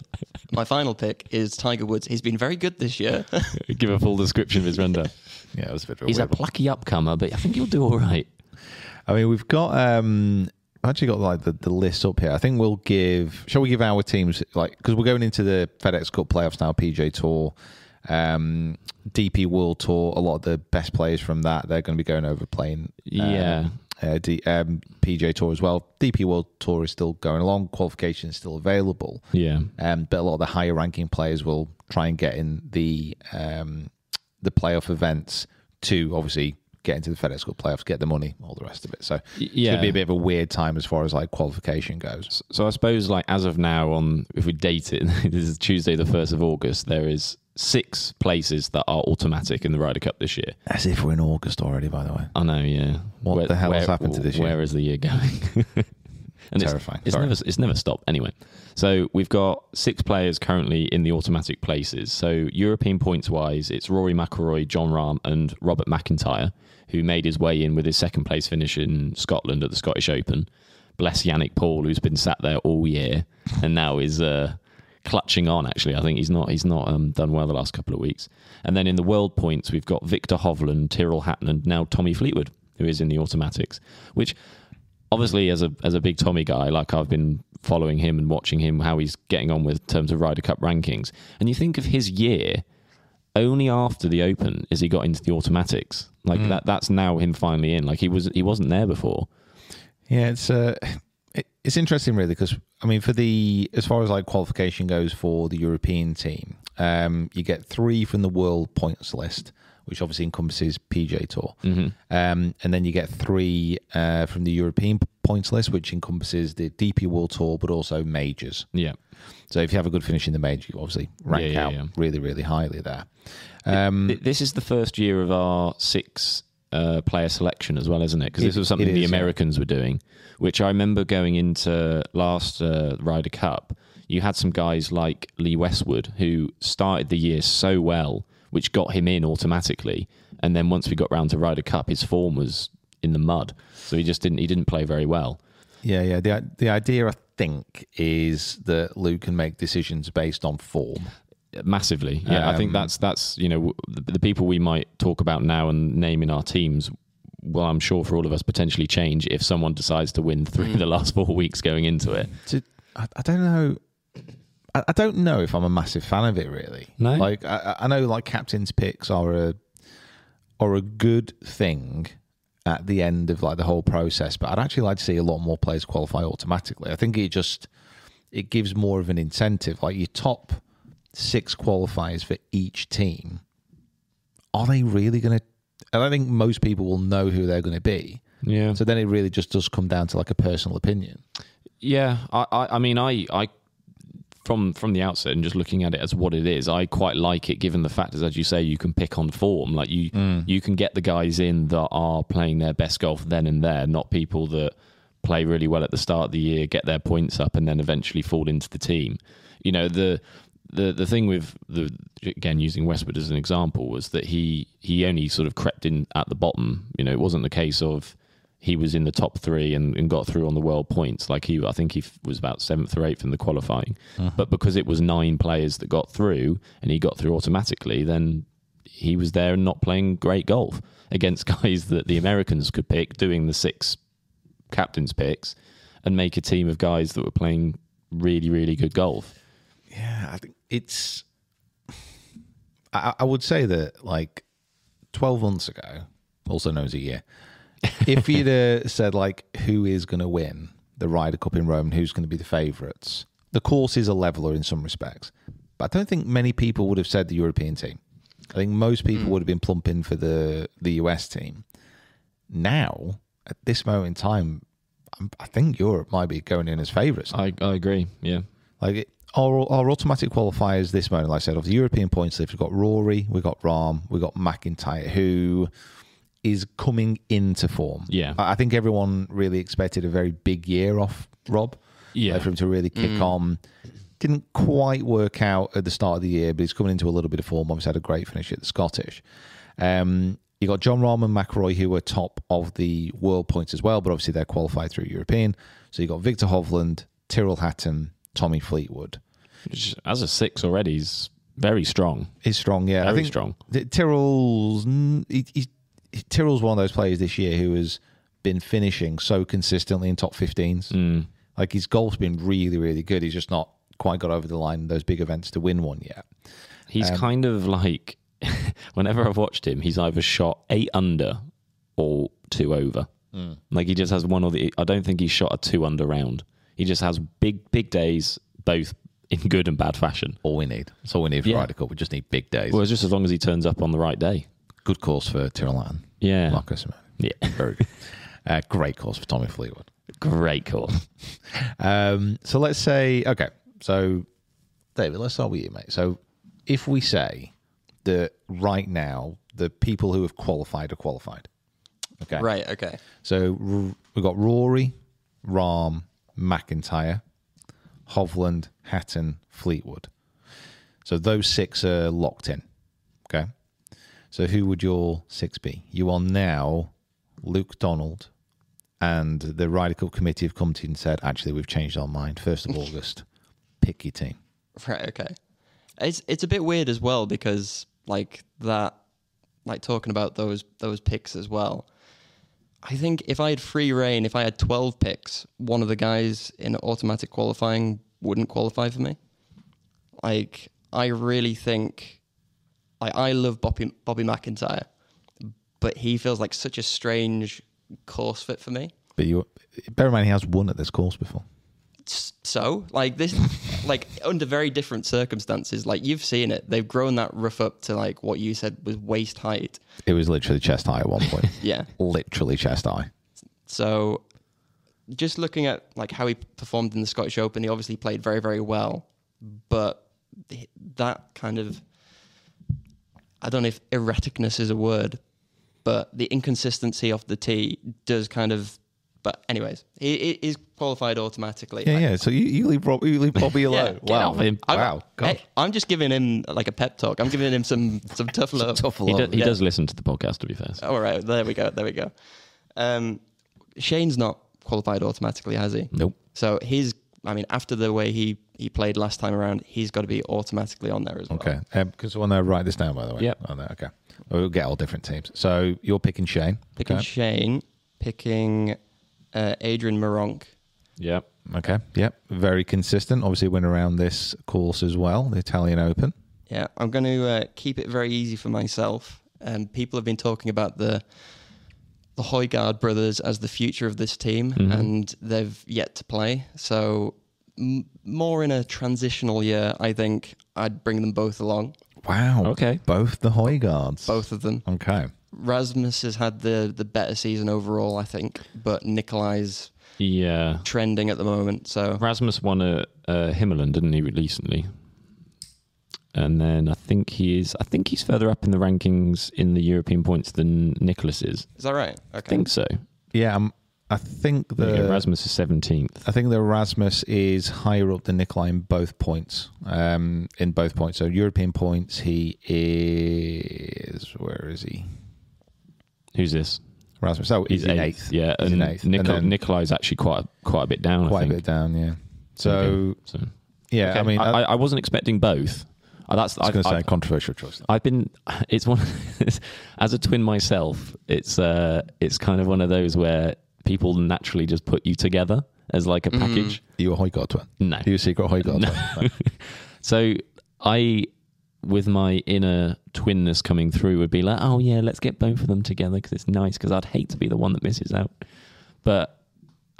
"My final pick is Tiger Woods. He's been very good this year."
give a full description of his render.
yeah, it was a bit of a
He's a
weird one.
plucky upcomer, but I think he'll do all right.
I mean, we've got um I've actually got like the, the list up here. I think we'll give shall we give our teams like because we're going into the FedEx Cup playoffs now, PJ Tour, um, DP World Tour. A lot of the best players from that they're going to be going over playing. um,
Yeah.
Uh, D, um, PJ Tour as well. DP World Tour is still going along. Qualification is still available.
Yeah,
Um, but a lot of the higher ranking players will try and get in the um, the playoff events to obviously get into the FedEx Cup playoffs, get the money, all the rest of it. So it's
yeah.
gonna be a bit of a weird time as far as like qualification goes.
So I suppose, like as of now, on if we date it, this is Tuesday, the first of August. There is six places that are automatic in the Ryder Cup this year.
As if we're in August already, by the way.
I know, yeah.
What the hell has happened to this year?
Where is the year going? and it's-
Terrifying.
It's,
Sorry.
never it's never stopped. Anyway, so we've got six players currently in the automatic places. So European points wise, it's Rory McIlroy, John Rahm, and Robert McIntyre, who made his way in with his second place finish in Scotland at the Scottish Open. Bless Yannick Paul, who's been sat there all year and now is. Uh, clutching on actually i think he's not he's not um, done well the last couple of weeks and then in the world points we've got victor hovland tyrrell hatton and now tommy fleetwood who is in the automatics which obviously as a as a big tommy guy like i've been following him and watching him how he's getting on with terms of ryder cup rankings and you think of his year only after the open is he got into the automatics like that that's now him finally in like he was he wasn't there before
Yeah, it's uh, it, it's interesting really because I mean for the as far as like qualification goes for the European team, um, you get three from the world points list, which obviously encompasses PJ Tour, um, and then you get three uh, from the European points list, which encompasses the DP World Tour, but also majors.
yeah
So if you have a good finish in the major, you obviously rank
Yeah, yeah,
out
yeah.
really, really highly there. Um,
Th- this is the first year of our six uh, player selection as well, isn't it? Because this
It-
was something
it
the
is, yeah.
Americans were doing, which I remember going into last uh, Ryder Cup. You had some guys like Lee Westwood who started the year so well, which got him in automatically. And then once we got round to Ryder Cup, his form was in the mud, so he just didn't he didn't play very well.
Yeah, yeah. The the idea I think is that Lou can make decisions based on form.
massively yeah i think that's that's you know w- the, the people we might talk about now and name in our teams well i'm sure for all of us potentially change if someone decides to win through the last four weeks going into it
to, I, I don't know. I, I don't know if I'm a massive fan of it really.
No?
like I, I I know like captain's picks are a are a good thing at the end of like the whole process, but I'd actually like to see a lot more players qualify automatically. I think it just it gives more of an incentive. Like your top six qualifiers for each team, are they really going to? I don't think most people will know who they're going to be.
yeah
So then it really just does come down to like a personal opinion.
yeah i i, I mean i i from from the outset and just looking at it as what it is, I quite like it given the fact is as you say, you can pick on form. Like you you can get the guys in that are playing their best golf then and there, not people that play really well at the start of the year, get their points up and then eventually fall into the team. You know, the the the thing with the again using Westwood as an example was that he he only sort of crept in at the bottom. You know, it wasn't the case of he was in the top three and, and got through on the world points. Like he, I think he f- was about seventh or eighth in the qualifying. But because it was nine players that got through and he got through automatically, then he was there and not playing great golf against guys that the Americans could pick, doing the six captains picks, and make a team of guys that were playing really, really good golf.
Yeah, I think it's. I, I would say that like twelve months ago, also known as a year, if you'd uh, said like who is going to win the Ryder Cup in Rome and who's going to be the favourites, the courses are leveler in some respects. But I don't think many people would have said the European team. I think most people would have been plumping for the the US team. Now, at this moment in time, I'm, I think Europe might be going in as favourites.
I, I agree. Yeah.
Like it, our our automatic qualifiers this moment, like I said, of the European points list, we've got Rory, we've got Rahm, we've got McIntyre, who is coming into form.
Yeah.
I, I think everyone really expected a very big year off Rob.
Yeah.
like, uh, for him to really kick on. Didn't quite work out at the start of the year, but he's coming into a little bit of form. Obviously, had a great finish at the Scottish. Um, you got John Rahm and McElroy, who were top of the world points as well, but obviously they're qualified through European. So you got Victor Hovland, Tyrrell Hatton, Tommy Fleetwood.
Which, as a six already, is very strong.
He's strong, yeah. I
Very
think
strong.
th- Tyrrell's n- he, he, he- Tyrrell's one of those players this year who has been finishing so consistently in top 15s. Like his golf's been really, really good. He's just not quite got over the line in those big events to win one yet.
He's kind of like, whenever I've watched him, he's either shot eight under or two over. Like he just has one or the. I don't think he's shot a two under round. He just has big, big days, both in good and bad fashion.
All we need. That's all we need for
Yeah.
Ryder Cup. We just need big days.
Well, it's just as long as he turns up on the right day.
good course for Tyrrell Hatton.
Yeah.
Marcus.
Yeah.
Very good. Uh, great course for Tommy Fleetwood.
Great call.
Um, so let's say, okay, so David, let's start with you, mate. So if we say that right now the people who have qualified are qualified, okay,
Right. Okay.
So R- we've got Rory, Rahm, McIntyre, Hovland, Hatton, Fleetwood. So those six are locked in, okay. So who would your six be? You are now Luke Donald, and the Ryder Cup committee have come to you and said, actually, we've changed our mind. First of August, pick your team.
Right. Okay. It's it's a bit weird as well because like that, like talking about those those picks as well. I think if I had free reign, if I had twelve picks, one of the guys in automatic qualifying wouldn't qualify for me. Like I really think, like I love Bobby Bobby McIntyre, but he feels like such a strange course fit for me.
But you, bear in mind, he has won at this course before.
s- so like this like under very different circumstances like you've seen it they've grown that rough up to like what you said was waist height
It was literally chest high at one point.
yeah
literally chest high.
so just looking at like how he performed in the Scottish Open he obviously played very very well but th- that kind of I don't know if erraticness is a word but the inconsistency off the tee does kind of but anyways he, he is qualified automatically
Yeah, yeah. So you, you leave Rob, you leave Bobby
Yeah,
alone.
get
wow,
off him.
I'm-
wow, God.
Hey, I'm just giving him like a pep talk. I'm giving him some some tough love.
tough
He,
love.
do, he does listen to the podcast, to be fair.
All right, there we go. There we go. Um, Shane's not qualified automatically, has he?
Nope.
So he's. I mean, after the way he he played last time around, he's got to be automatically on there as well.
Okay, because I want to write this down by the way.
Yep.
On there, okay. We'll get all different teams. So you're picking Shane.
Picking
okay.
Shane, picking uh, Adrian Moronk.
Yeah.
okay. Yep. Very consistent. Obviously, went around this course as well, the Italian Open.
Yeah, I'm going to uh, keep it very easy for myself. Um, people have been talking about the the Hoygaard brothers as the future of this team,
Mm-hmm.
and they've yet to play. So m- more in a transitional year, I think I'd bring them both along,
Wow.
Okay.
Both the Hoygaards.
both of them.
Okay.
Rasmus has had the the better season overall, I think, but Nikolai's
Yeah.
trending at the moment. So
Rasmus won a, a Himmerland, didn't he, recently? And then I think he is. I think he's further up in the rankings in the European points than Nicholas is.
is that right?
I
Okay.
think so.
Yeah. Um, I think
There you go,
the
Rasmus is seventeenth.
I think the Erasmus is higher up than Nikolai in both points. Um, in both points, so European points, he is. Where is he?
Who's this?
Erasmus. Oh, he's, in eighth.
Yeah,
he's
and
in eighth.
Nico-
and then
Nikolai's actually quite a- quite a bit down.
quite
I
a bit
think.
down. Yeah. So
so
yeah, I
Okay.
mean,
I, I wasn't expecting both. Uh, that's
I was going to
I-
say controversial choice.
I've been. It's one. as a twin myself, it's uh, it's kind of one of those where people naturally just put you together as like a package.
You a Hoygaard twin?
No.
You a secret Hoygaard twin?
So I, with my inner twinness coming through, would be like, oh yeah, let's get both of them together because it's nice. Because I'd hate to be the one that misses out. But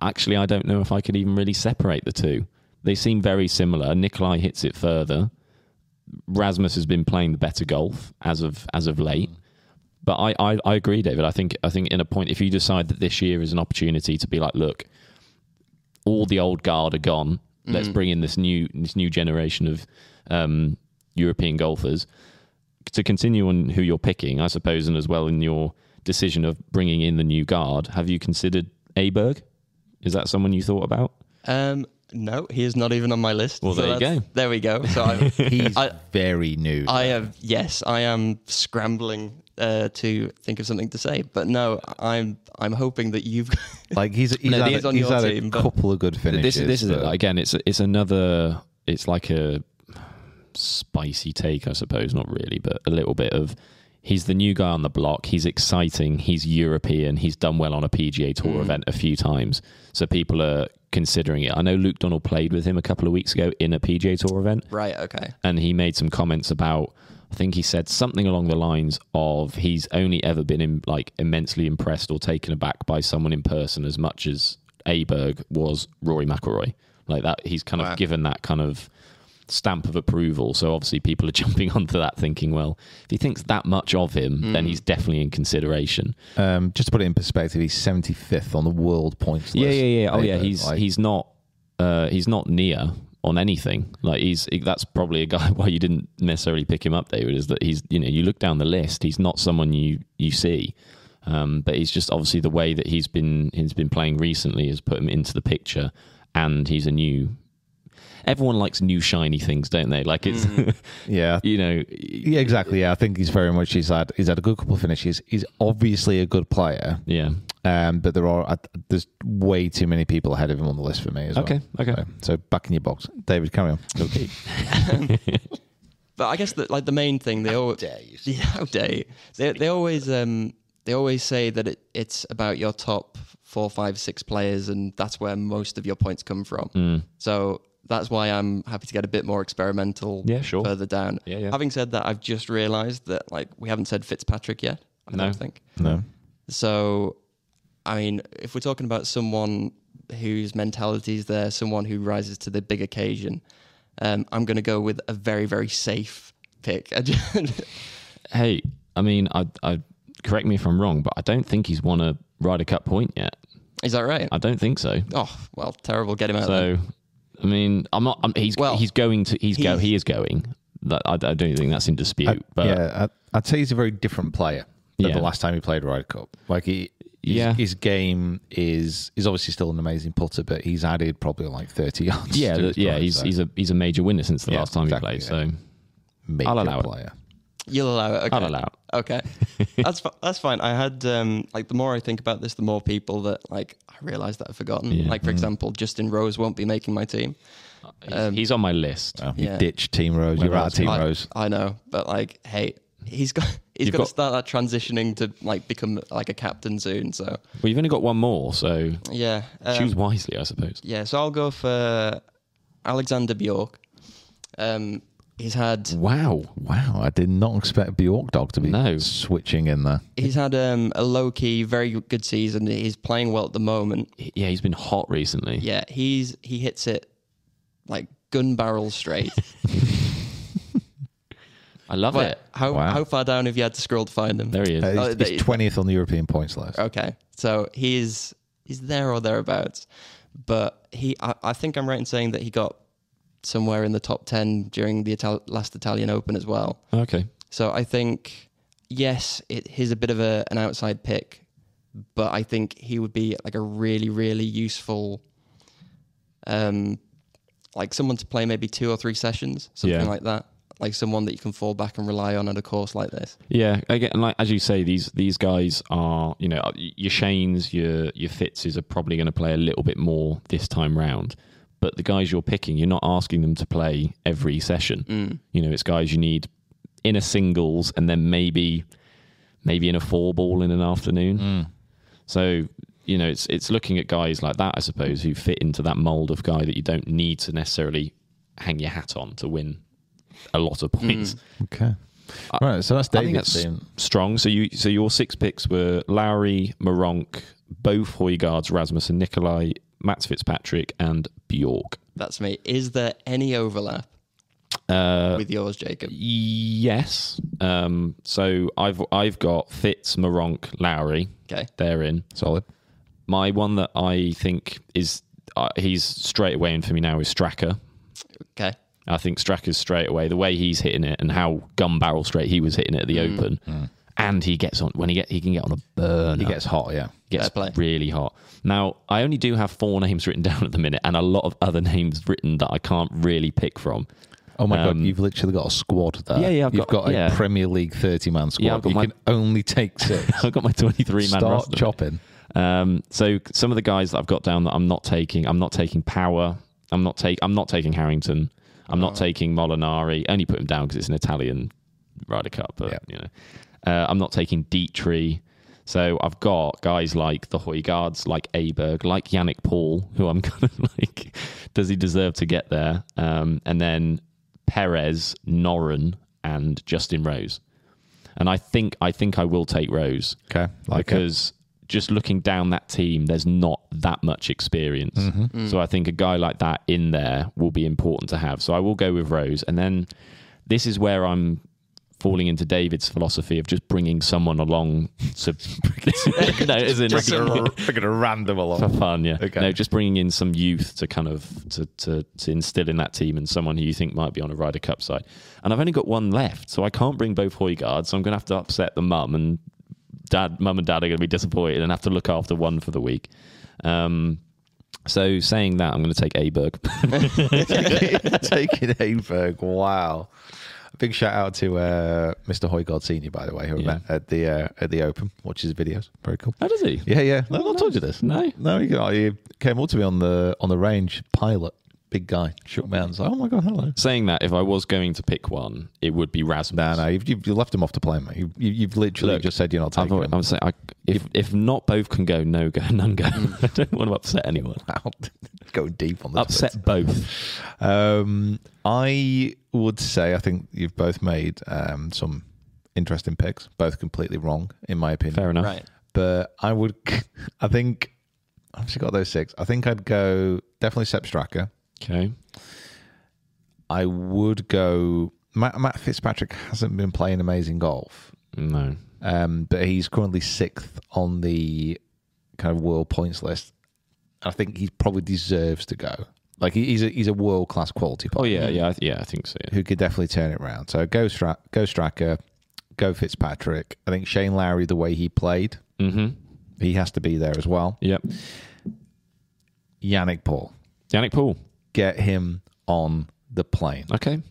actually, I don't know if I could even really separate the two. They seem very similar. Nikolai hits it further, Rasmus has been playing the better golf as of as of late. But I, I, I agree, David. I think I think in a point, if you decide that this year is an opportunity to be like, look, all the old guard are gone. Let's bring in this new this new generation of um, European golfers to continue on who you're picking, I suppose, and as well in your decision of bringing in the new guard. Have you considered Aberg? Is that someone you thought about?
Um, no, he is not even on my list.
Well, there you
that's-
go.
There we go. So I,
He's
I-
very new.
I have yes, I am scrambling uh, to think of something to say, but no, I'm I'm hoping that you've
like he's he's
No,
had,
he's
a,
on
he's
your
had
team,
a
but-
couple of good finishes.
this this is it.
but-
again it's it's another it's like a spicy take i suppose not really but a little bit of he's the new guy on the block he's exciting he's european he's done well on a pga tour event a few times so people are considering it i know luke donald played with him a couple of weeks ago in a pga tour event
right. Okay,
and he made some comments about I think he said something along the lines of he's only ever been in, like immensely impressed or taken aback by someone in person as much as Aberg was Rory McIlroy. Like that, he's kind of given that kind of stamp of approval. So obviously, people are jumping onto that, thinking, well, if he thinks that much of him, then he's definitely in consideration.
um, just to put it in perspective, he's seventy fifth on the world points
Yeah,
list.
yeah, yeah. Oh,
Like,
yeah.
uh,
He's
like-
he's not uh, he's not near on anything. Like he's that's probably a guy why you didn't necessarily pick him up, David. Is that he's you know you look down the list, he's not someone you you see. Um, but he's just obviously the way that he's been he's been playing recently has put him into the picture, and he's a new. Everyone likes new shiny things, don't they? Like it's
yeah.
you know
Yeah, exactly. Yeah, I think he's very much. He's had he's had a good couple of finishes. He's obviously a good player,
yeah.
um, but there are uh, there's way too many people ahead of him on the list for me as
Okay,
well.
okay.
So, so back in your box, David. Carry on. Okay.
but I guess that like the main thing they always dare you. Yeah, how dare you? They they always um they always say that it, it's about your top four, five, six players, and that's where most of your points come from. So that's why I'm happy to get a bit more experimental.
Yeah, sure.
Further down.
Yeah, yeah.
Having said that, I've just realised that like we haven't said Fitzpatrick yet. I
No.
don't think.
no.
So, I mean, if we're talking about someone whose mentality is there, someone who rises to the big occasion, um, I'm going to go with a very, very safe pick. I just-
Hey, I mean, I I correct me if I'm wrong, but I don't think he's won a Ryder Cup point yet.
is that right?
I don't think so.
oh, well, terrible. Get him out there.
So, I mean, I'm not. I'm, he's
Well,
he's going to. He's, go.
he's- Uh,
He is going. That I, I don't think that's in dispute. but
yeah, I, I'd say he's a very different player than
Yeah.
the last time he played Ryder Cup. Like he, his,
Yeah.
his game is is obviously still an amazing putter, but he's added probably like thirty yards.
yeah,
to
the-
his
yeah.
drive,
He's
so
he's a he's a major winner since the
Yeah,
last time
exactly,
he played.
yeah.
So
major
I'll allow it.
player.
You'll allow it. Okay.
I'll allow it.
Okay, that's fi- that's fine. I had um, like the more I think about this, the more people that like I realise that I've forgotten. Like
Mm.
for example, Justin Rose won't be making my team.
he's, he's on my list.
Well,
Yeah.
You ditch Team Rose. You're out of Team
I,
Rose.
I know, but like, hey, he's got he's
You've
got to
got-
start that transitioning to like become like a captain soon. So
Well, you've only got one more, so
yeah, um,
choose wisely, I suppose.
yeah. So I'll go for Alexander Bjork. Um, he's had
Wow.
Wow, I did not expect Bjork Dog to be
No.
switching in there.
he's had um, a low key, very good season. He's playing well at the moment.
Yeah, he's been hot recently.
Yeah, he's he hits it like gun barrel straight.
I love
but
it.
how
Wow.
how far down have you had to scroll to find him?
There he is.
Uh,
Oh,
he's-
they-
he's twentieth on the European points list.
Okay, so he's he's there or thereabouts, but he I, I think I'm right in saying that he got somewhere in the top ten during the Ital- last Italian Open as well.
okay.
So I think yes, it, he's a bit of a, an outside pick, but I think he would be like a really really useful, um, like someone to play maybe two or three sessions, something
Yeah.
like that. Like someone that you can fall back and rely on at a course like this.
Yeah, again, like as you say, these these guys are you know your Shanes, your your Fitzes are probably going to play a little bit more this time round. But the guys you're picking, you're not asking them to play every session. You know, it's guys you need in a singles and then maybe maybe in a four ball in an afternoon. So you know, it's it's looking at guys like that, I suppose, who fit into that mold of guy that you don't need to necessarily hang your hat on to win a lot of points.
Okay, right. So that's
I think
David's
that's
team.
strong. So you, so your six picks were Lowry, Moronk, both Hoygaards, Rasmus and Nikolai, Mats Fitzpatrick, and Bjork.
That's me. Is there any overlap?
Uh,
with yours, Jacob.
yes. Um, so I've I've got Fitz, Maronk, Lowry.
Okay.
They're in.
Solid.
My one that I think is uh, he's straight away in for me now is Stracker.
Okay.
I think Stracker's straight away. The way he's hitting it and how gun barrel straight he was hitting it at the
Mm.
open, and he gets on when he get he can get on a burner.
He gets hot, yeah.
Fair
gets
play.
really hot. Now, I only do have four names written down at the minute, and a lot of other names written that I can't really pick from.
Oh my
Um,
god, you've literally got a squad there.
Yeah, yeah, I've
you've
got-
got, a
yeah.
Premier League thirty-man squad.
Yeah, I've got
you
my-
can only take six.
I've got my twenty-three man
Start
roster.
chopping.
Um, so some of the guys that I've got down that I'm not taking, I'm not taking Power. I'm not take. I'm not taking Harrington.
Uh-huh.
I'm not taking Molinari. Only put him down because it's an Italian Ryder Cup. But
Yeah.
you know, uh, I'm not taking Dietrich. So I've got guys like the Hoygaards, like Aberg, like Yannick Paul, who I'm kind of like, does he deserve to get there? Um, and then Perez, Noren, and Justin Rose. And I think I think I will take Rose
Okay, like it.
because just looking down that team, there's not that much experience.
Mm-hmm.
So I think a guy like that in there will be important to have. So I will go with Rose, and then this is where I'm falling into David's philosophy of just bringing someone along to no, as in
Just a- like a random
for
along.
fun, yeah.
Okay.
No, just bringing in some youth to kind of to, to to instill in that team and someone who you think might be on a Ryder Cup side. And I've only got one left, so I can't bring both Hoygaard, so I'm going to have to upset the mum and dad. Mum and dad are going to be disappointed and have to look after one for the week. Um, so saying that, I'm going to take Aberg.
Taking Aberg. Wow. A big shout out to uh, Mr. Hoygaard Senior, by the way, who I
Yeah.
met at the uh, at the Open. Watches his videos. Very cool.
How does he?
Yeah, yeah. No,
Oh,
I've not
nice.
told you this.
No.
no. He, he came up to me on the on the range. Pilot, big guy, shook me out. and was like, oh my god, hello.
Saying that, if I was going to pick one, it would be Rasmus.
No, no, uh, you've, you've, you left him off to play, mate. You, you, you've literally
Look,
just said you're not
I've,
taking
al-
him.
I'm saying I, if if not both can go, no go, none go. I don't want to upset anyone.
Wow. Going deep on this.
Upset both.
Um, I would say I think you've both made um, some interesting picks, both completely wrong in my opinion.
Fair enough.
Right.
But I would, I think, I've actually got those six. I think I'd go definitely Sepp Straka.
Okay.
I would go Matt, Matt Fitzpatrick hasn't been playing amazing golf,
No.
um, but he's currently sixth on the kind of world points list. I think he probably deserves to go. Like he- he's a, he's a world class quality player.
Oh yeah, yeah, I th- yeah. I think so. Yeah.
who could definitely turn it around. So go Stra- go Stracker, go Fitzpatrick. I think Shane Lowry, the way he played,
Mm-hmm.
he has to be there as well.
Yep.
Yannick Paul,
Yannick Paul.
get him on the plane.
Okay.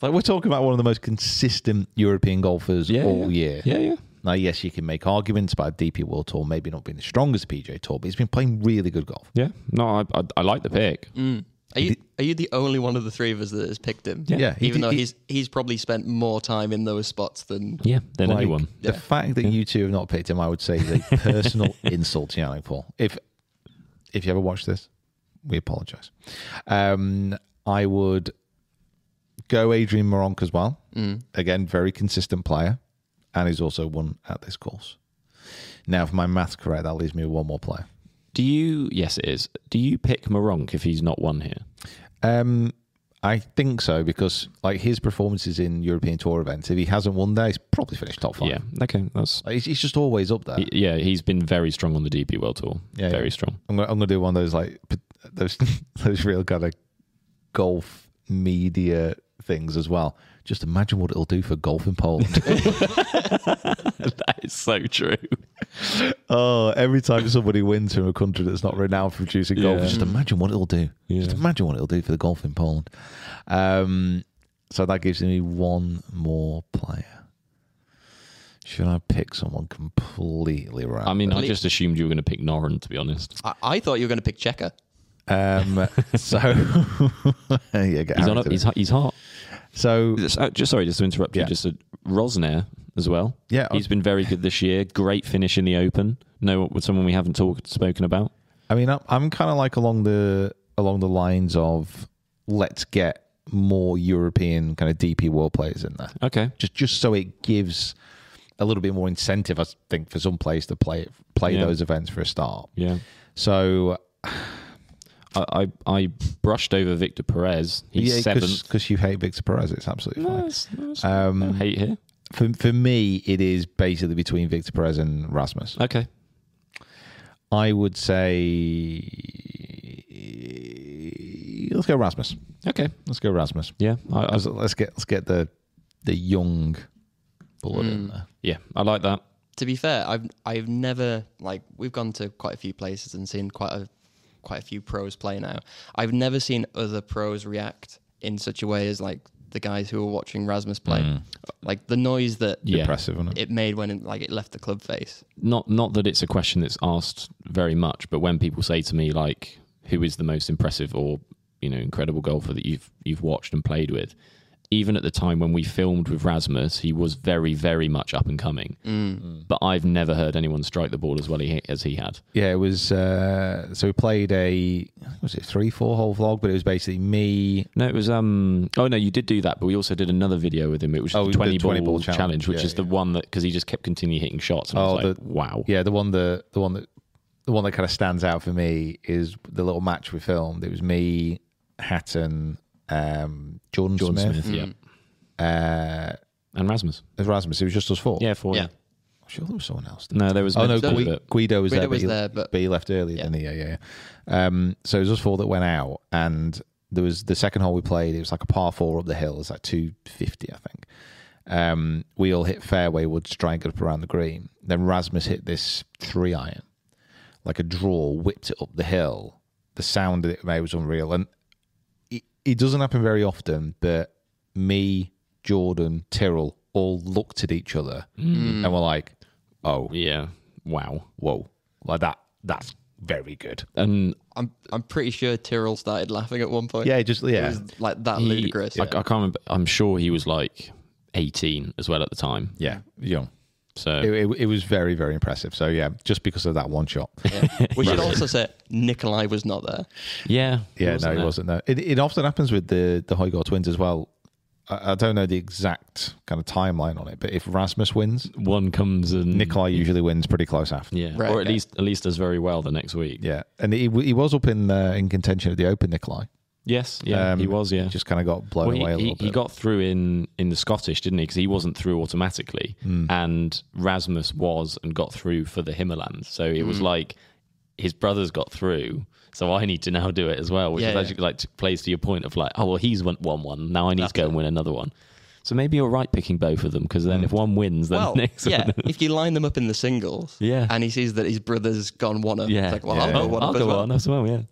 Like we're talking about one of the most consistent European golfers
Yeah.
all
yeah.
year.
Yeah, yeah.
Now, yes, you can make arguments about DP World Tour maybe not being the strongest PJ Tour, but he's been playing really good golf.
Yeah. No, I, I, I like the pick.
Are you are you the only one of the three of us that has picked him?
Yeah.
Yeah, he
Even
did-
though
he-
he's he's probably spent more time in those spots than
Yeah. Then
Like,
anyone.
The fact that you two have not picked him, I would say, is a personal insult to Yannick Paul. If if you ever watch this, we apologise. Um, I would go Adrian Moronk as well. Again, very consistent player, and he's also won at this course. Now, if my math's correct, that leaves me with one more player.
Do you? Yes, it is. Do you pick Maronk if he's not one here?
Um, I think so because like his performances in European Tour events, if he hasn't won there, he's probably finished top five.
Yeah. Okay. That's.
Like, he's, he's just always up there.
he- yeah, he's been very strong on the DP World Tour.
Yeah,
very
yeah.
strong.
I'm gonna, I'm gonna do one of those like p- those those real kind of golf media things as well. Just imagine what it'll do for golf in Poland.
that is so true.
oh, every time somebody wins from a country that's not renowned for producing golf,
Yeah.
just imagine what it'll do. Just
Yeah.
imagine what it'll do for the golf in Poland. Um, so that gives me one more player. Should I pick someone completely random?
I mean, I
Lee-
just assumed you were going to pick Noren, to be honest.
I, I thought you were going to pick Checker.
um, so yeah, get
He's, on
Harry
a,
to
he's,
it.
he's hot.
so
Just, uh, just sorry, just to interrupt
Yeah.
you. Just a, Rosner as well.
Yeah.
he's been very good this year. Great finish in the Open. No, someone we haven't talked spoken about.
I mean, I'm, I'm kind of like along the along the lines of let's get more European kind of DP world players in there,
Okay.
just just so it gives a little bit more incentive, I think, for some players to play play
Yeah.
those events for a start.
Yeah.
So
I, I, I brushed over Victor Perez. He's seventh.
because you hate Victor Perez. It's absolutely fine. Um,
No hate here.
For, for me, it is basically between Victor Perez and Rasmus.
Okay.
I would say let's go Rasmus.
Okay.
Let's go Rasmus.
Yeah. I, I,
Let's- Let's get let's get the the young blood
Mm.
in there.
yeah. I like that.
to be fair, I've I've never like we've gone to quite a few places and seen quite a quite a few pros play now. I've never seen other pros react in such a way as like the guys who were watching Rasmus play. Like the noise that
Mm. Yeah.
Impressive, isn't it?
it made when it, like it left the club face.
Not not that it's a question that's asked very much, but when people say to me like, "Who is the most impressive or you know incredible golfer that you've you've watched and played with?" Even at the time when we filmed with Rasmus, he was very very much up and coming.
Mm.
But I've never heard anyone strike the ball as well he, as he had.
Yeah, it was. Uh, so we played a was it three four hole vlog, but it was basically me.
No, it was um. Oh no, you did do that, but we also did another video with him. It was
Oh,
the
the
twenty,
20
ball,
ball
challenge,
challenge,
which
yeah,
is the one that because he just kept continuing hitting shots. And I was
Oh,
like,
the-
wow.
Yeah, the one that the one that the one that kind of stands out for me is the little match we filmed. It was me, Hatton, um, Jordan,
Jordan
Smith, Mm.
Smith, yeah,
Uh,
and Rasmus.
as Rasmus. It was just us four.
Yeah, four. Yeah.
Yeah.
I'm sure there was someone else.
No, there was.
Oh no,
meant to be,
Gui-
but-
Guido was
Guido
there.
was
but he,
there, but-
he left earlier. Yeah. yeah, yeah, yeah. Um, so it was us four that went out, and there was the second hole we played. It was like a par four up the hill. It's like two fifty, I think. Um, we all hit fairway woods, to try and get up around the green. Then Rasmus hit this three iron, like a draw, whipped it up the hill. The sound that it made was unreal, and it, it doesn't happen very often. But me, Jordan, Tyrrell all looked at each other
Mm.
and were like, "Oh,
yeah. Wow.
whoa, like that. That's very good.
And
I'm I'm pretty sure Tyrrell started laughing at one point.
Yeah, it just yeah.
It was like that
he-
ludicrous.
I, I can't remember. I'm sure he was like 18 as well at the time.
yeah, young.
So
It, it, it was very, very impressive. So yeah, just because of that one shot.
we should also say Nikolai was not there.
yeah.
Yeah, no, it wasn't. No, it, it often happens with the the Hoygaard twins as well. I, I don't know the exact kind of timeline on it, but if Rasmus wins,
there. One comes and
Nikolai usually wins pretty close after.
Mm, Yeah.
Right,
or at
okay.
least at least does very well the next week.
Yeah, and he, he was up in uh, in contention at the Open, Nikolai.
Yes. Yeah.
Um,
he was. Yeah.
Just kind of got blown
Well, he,
away a
he,
little bit.
he got through in in the Scottish, didn't he? Because he wasn't through automatically,
Hmm.
and Rasmus was and got through for the Himalayas. So it
Hmm.
was like his brothers got through, so I need to now do it as well, which
Yeah,
is
yeah.
actually like t- plays to your point of like, oh well, he's won, won one, now I need to go and win another one. So maybe you're right picking both of them because then if one wins, then
Hmm. Well,
the next
yeah.
one.
if you line them up in the singles,
Yeah.
and he sees that his brother's gone one up,
Yeah,
it's like, well,
yeah.
I'll go
Oh,
one
I'll
up
go
as well.
on as well. Yeah,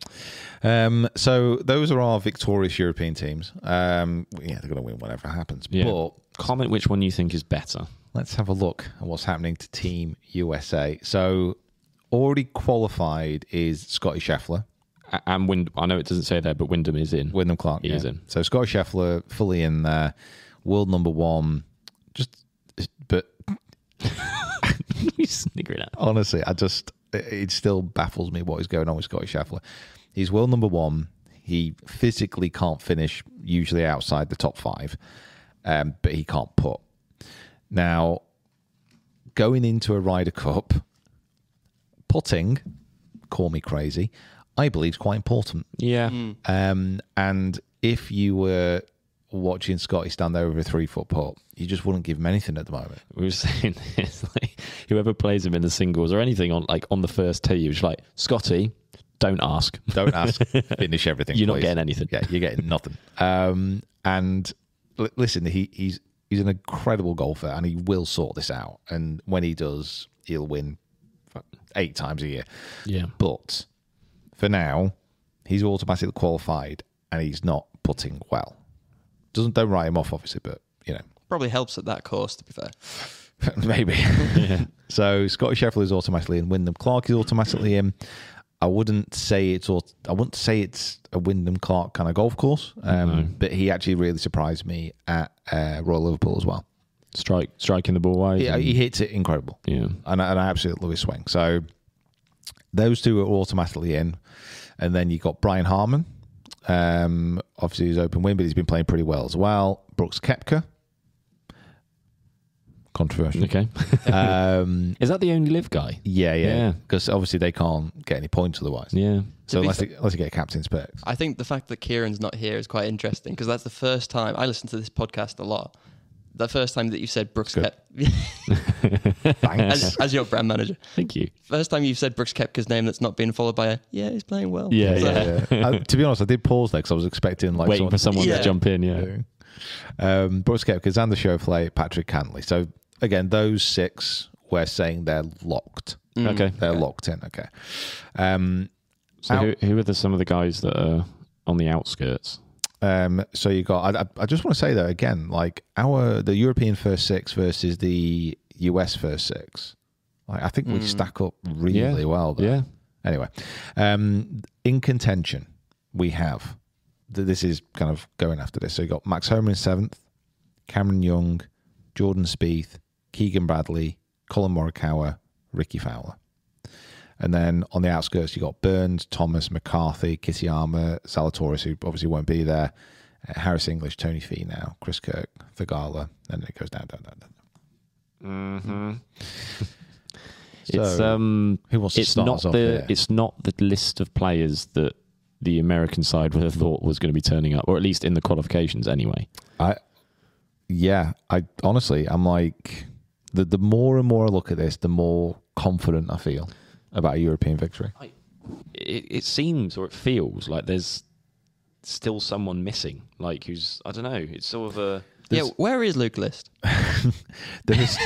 Um, so those are our victorious European teams. Um, yeah, they're going to win whatever happens.
yeah.
But
comment which one you think is better.
Let's have a look at what's happening to Team USA. So, already qualified is Scotty Scheffler.
A- And Wind, I know it doesn't say there, but Wyndham is in.
Wyndham Clark.
He is in.
So, Scotty Scheffler fully in there. World number one. Just, but
He's sniggering at.
honestly, I just, it- it still baffles me what is going on with Scotty Scheffler. He's world number one. He physically can't finish, usually outside the top five, um, but he can't put. Now, going into a Ryder Cup, putting, call me crazy, I believe is quite important.
Yeah,
Um, and if you were watching Scotty stand over a three foot putt, you just wouldn't give him anything at the moment.
we were saying this like whoever plays him in the singles or anything on like on the first tee you're just like scotty don't ask
Don't ask. Finish everything.
You're not
please.
getting anything.
Yeah, you're getting nothing. Um, and l- listen, he, he's he's an incredible golfer, and he will sort this out. And when he does, he'll win f- eight times a year.
yeah
But for now, he's automatically qualified, and he's not putting well. Doesn't don't write him off, obviously, but you know
Probably helps at that course, to be fair.
maybe. So Scotty Scheffler is automatically in. Wyndham Clark is automatically in. I wouldn't say it's aut- I wouldn't say it's a Wyndham Clark kind of golf course, um, but he actually really surprised me at uh, Royal Liverpool as well.
strike striking the ball wide
Yeah,
and-
he hits it incredible.
Yeah.
and I, and I absolutely love his swing. So those two are automatically in, and then you got Brian Harmon. Um, obviously, he's open win, but he's been playing pretty well as well. Brooks Kepka. Controversial.
Okay.
Um,
Is that the only live guy?
yeah, yeah.
Yeah.
Because obviously they can't get any points otherwise.
Yeah.
So
be
unless
fa-
they, unless they get a captain's perks.
I think the fact that Kieran's not here is quite interesting because that's the first time I listen to this podcast a lot. The first time that you've said Brooks
Good.
Kep
Thanks.
as, as your brand manager.
Thank you.
First time you've said Brooks Kepka's name that's not been followed by a yeah, he's playing well.
Yeah,
So-
yeah.
Yeah. Uh, to be honest, I did pause there because I was expecting like
Waiting for someone
Yeah.
to jump in. Yeah.
doing. Um, Brooks Koepkins and the Showflay, Patrick Cantley. So again, those six we're saying they're locked.
Okay.
They're locked in. Okay. Um,
So who, who are the, some of the guys that are on the outskirts?
um, so you got. I, I- I just want to say though again, like our the European first six versus the US first six. Like I think
Mm.
we stack up really
Yeah.
well. There.
Yeah.
Anyway, um, in contention we have. th- This is kind of going after this. So you got Max Homer in seventh, Cameron Young, Jordan Spieth, Keegan Bradley, Colin Morikawa, Ricky Fowler. And then on the outskirts, you got Burns, Thomas, McCarthy, Kitty Armour, Salatoris, who obviously won't be there, uh, Harris English, Tony Fee now, Chris Kirk, Thagala, and it goes down, down, down, down. Mm-hmm.
it's um,
who wants to
it's
start
not
us off
the
here?
it's not the list of players that the American side would have thought was going to be turning up, or at least in the qualifications anyway.
I, yeah, I honestly, I'm like, the the more and more I look at this, the more confident I feel about a European victory.
It, it seems or it feels like there's still someone missing, like who's I don't know. It's sort of a
Yeah, where is Luke List?
There is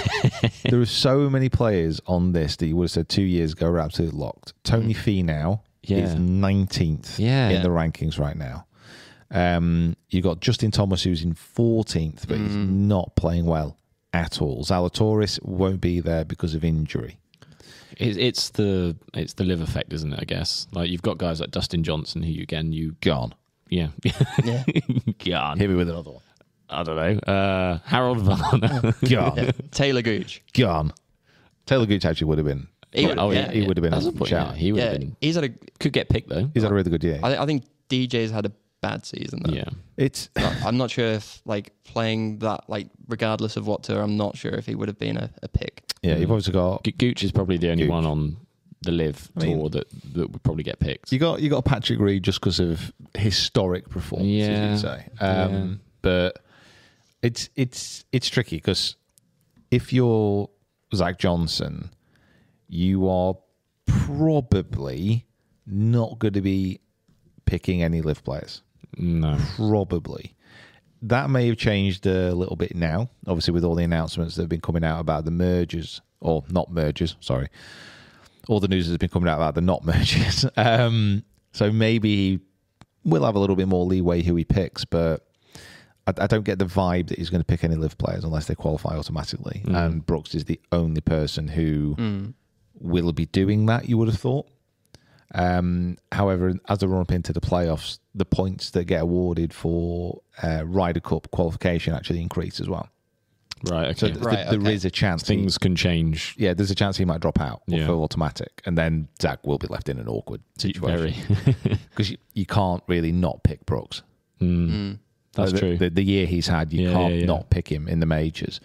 there are so many players on this that you would have said two years ago are absolutely locked. Tony Fee now is
Mm. Yeah.
19th
Yeah.
in the rankings right now. Um, you got Justin Thomas who's in 14th, but
Mm.
he's not playing well at all. Zalatoris won't be there because of injury.
It, it's the it's the live effect, isn't it? I guess like you've got guys like Dustin Johnson who you again you
Gone.
yeah
Yeah.
God
Hit me with another one.
I don't know uh, Harold Varner
Gone.
Taylor Gooch.
Gone. Taylor Gooch actually would have been
He-
oh yeah,
he would have been
That's
a
point,
shout.
yeah. he would
yeah,
have been
he's had a.
could get picked though
He's had a really good year.
I, thi- I think DJ's had a bad season. Though.
yeah
It's
I'm not sure if like playing that like regardless of what tour, I'm not sure if he would have been a, a pick.
yeah. You've obviously got
Go- Gooch is probably the only
Gooch.
one on the live
I mean-
tour that, that would probably get picked.
you got you got Patrick Reed just because of historic performances.
Yeah.
You'd say, um,
Yeah.
but it's it's it's tricky because if you're Zach Johnson, you are probably not going to be picking any live players.
No.
probably. That may have changed a little bit now, obviously, with all the announcements that have been coming out about the mergers, or not mergers, sorry. All the news that's been coming out about the not mergers. Um, so maybe we'll have a little bit more leeway who he picks, but I, I don't get the vibe that he's going to pick any live players unless they qualify automatically.
Mm.
And Brooks is the only person who will be doing that, you would have thought. Um, however, as a run up into the playoffs, the points that get awarded for uh, Ryder Cup qualification actually increase as well.
Right. Okay.
So th-
Right,
th- there
okay.
is a chance he-
Things can change.
yeah, there's a chance he might drop out
Yeah.
for automatic, and then Zach will be left in an awkward
Very.
situation because you, you can't really not pick Brooks.
That's
the,
true.
The, the year he's had, you
Yeah,
can't
yeah, yeah.
not pick him in the majors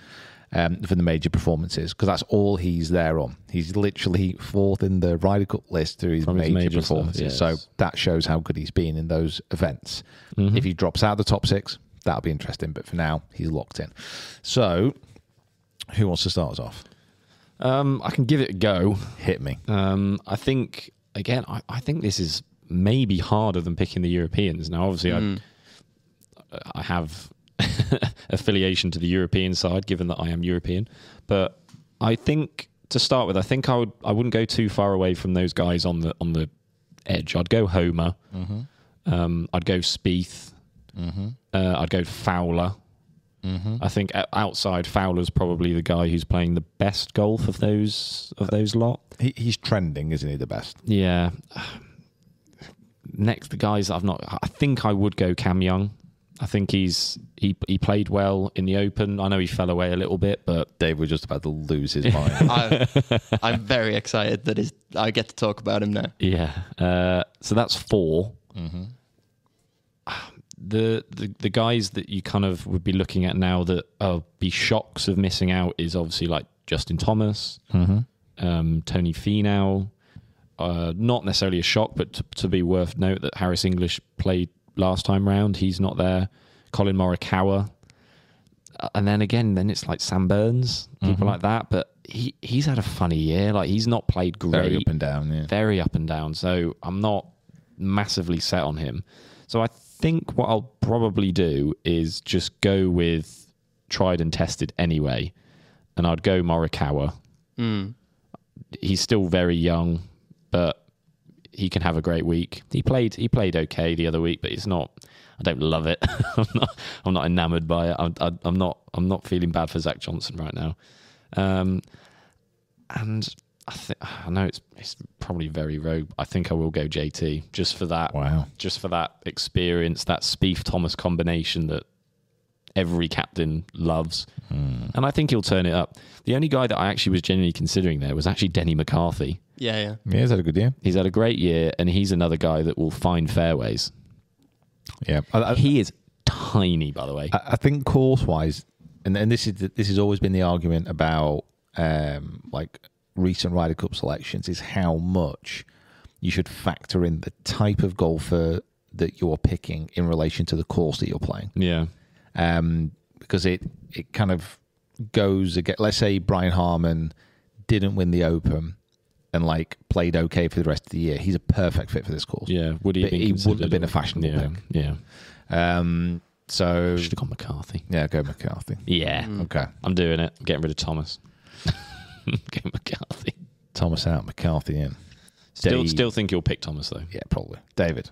um, for the major performances because that's all he's there on. He's literally fourth in the Ryder Cup list through his
From his
major,
major stuff,
performances.
yes. Mm-hmm.
So that shows how good he's been in those events. If he drops out of the top six, that'll be interesting. But for now, he's locked in. So who wants to start us off?
um, I can give it a go.
Hit me.
Um, I think again, I, I think this is maybe harder than picking the Europeans. Now, obviously, I I have affiliation to the European side, given that I am European. But I think to start with, I think I would I wouldn't go too far away from those guys on the on the edge. I'd go Homer. Um, I'd go Spieth. Uh, I'd go Fowler. I think o- outside Fowler's probably the guy who's playing the best golf of those of those lot.
He, he's trending, isn't he? The best.
Yeah. Next, the guys that I've not. I think I would go Cam Young. I think he's he he played well in the Open. I know he fell away a little bit, but
Dave was just about to lose his mind.
I, I'm very excited that is I get to talk about him now.
yeah. Uh, so that's 4 the, the the guys that you kind of would be looking at now that uh, be shocks of missing out is obviously like Justin Thomas, um, Tony Finau. Uh, not necessarily a shock, but to, to be worth note that Harris English played last time round. He's not there. Colin Morikawa, Uh, and then again, then it's like Sam Burns, people like that. But he he's had a funny year. Like he's not played great
Very up and down, yeah.
very up and down. So I'm not massively set on him. So I think what I'll probably do is just go with tried and tested anyway, and I'd go Morikawa. He's still very young, but he can have a great week. He played he played okay the other week, but it's not. I don't love it. I'm not. I'm not enamored by it. I'm, I, I'm not. I'm not feeling bad for Zach Johnson right now. Um, and I think I know it's it's probably very rogue. I think I will go JT just for that.
Wow.
Just for that experience, that Spieth Thomas combination that every captain loves, and I think he'll turn it up. The only guy that I actually was genuinely considering there was actually Denny McCarthy.
Yeah, yeah.
Yeah, he's had a good year.
He's had a great year, and he's another guy that will find fairways.
Yeah, I, I-
He is tiny, by the way.
I I think course wise, and, and this is the- this has always been the argument about um, like recent Ryder Cup selections is how much you should factor in the type of golfer that you're picking in relation to the course that you're playing,
yeah,
um, because it it kind of goes again. Let's say Brian Harmon didn't win the Open and like played okay for the rest of the year. He's a perfect fit for this course.
yeah. Would he?
But
have been
he wouldn't have
considered-
been a fashionable
yeah,
pick.
Yeah,
Um, so
should have gone McCarthy.
yeah, go McCarthy.
Yeah,
Hmm.
Okay.
I'm doing it. I'm getting rid of Thomas. getting McCarthy.
Thomas out, McCarthy in.
Still,
Dave-
still think you'll pick Thomas though.
Yeah, probably. David.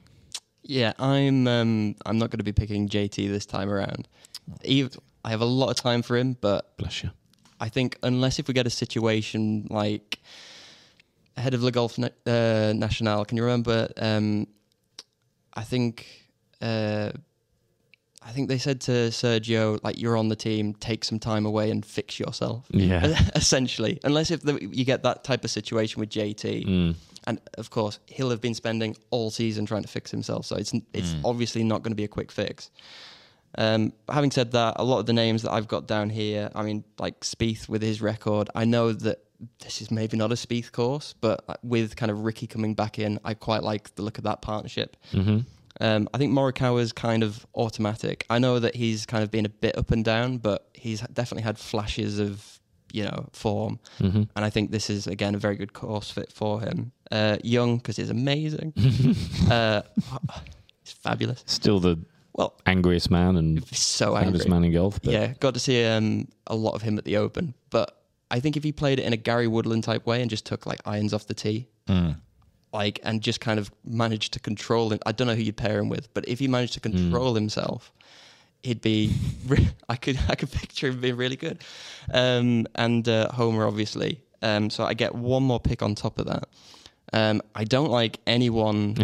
Yeah, I'm. Um, I'm not going to be picking JT this time around. Eve, I have a lot of time for him, but
Bless you.
I think unless if we get a situation like ahead of Le Golf Na- uh, National, can you remember? Um, I think uh, I think they said to Sergio, like you're on the team, take some time away and fix yourself.
Yeah.
essentially. Unless if the, you get that type of situation with JT, and of course he'll have been spending all season trying to fix himself, so it's it's obviously not going to be a quick fix. Um, having said that, a lot of the names that I've got down here, I mean, like Spieth with his record, I know that this is maybe not a Spieth course, but uh, with kind of Ricky coming back in, I quite like the look of that partnership. Mm-hmm. Um, I think Morikawa's kind of automatic. I know that he's kind of been a bit up and down, but he's definitely had flashes of you know form, and I think this is again a very good course fit for him. Uh, young because he's amazing. uh, he's fabulous.
Still the
Well,
angriest man and
so angry.
baddest man in golf. But
Yeah, got to see um, a lot of him at the Open, but I think if he played it in a Gary Woodland type way and just took like irons off the tee, like and just kind of managed to control him. I don't know who you'd pair him with, but if he managed to control himself, he'd be. re- I could I could picture him being really good, um, and uh, Homer obviously. Um, so I get one more pick on top of that. Um, I don't like anyone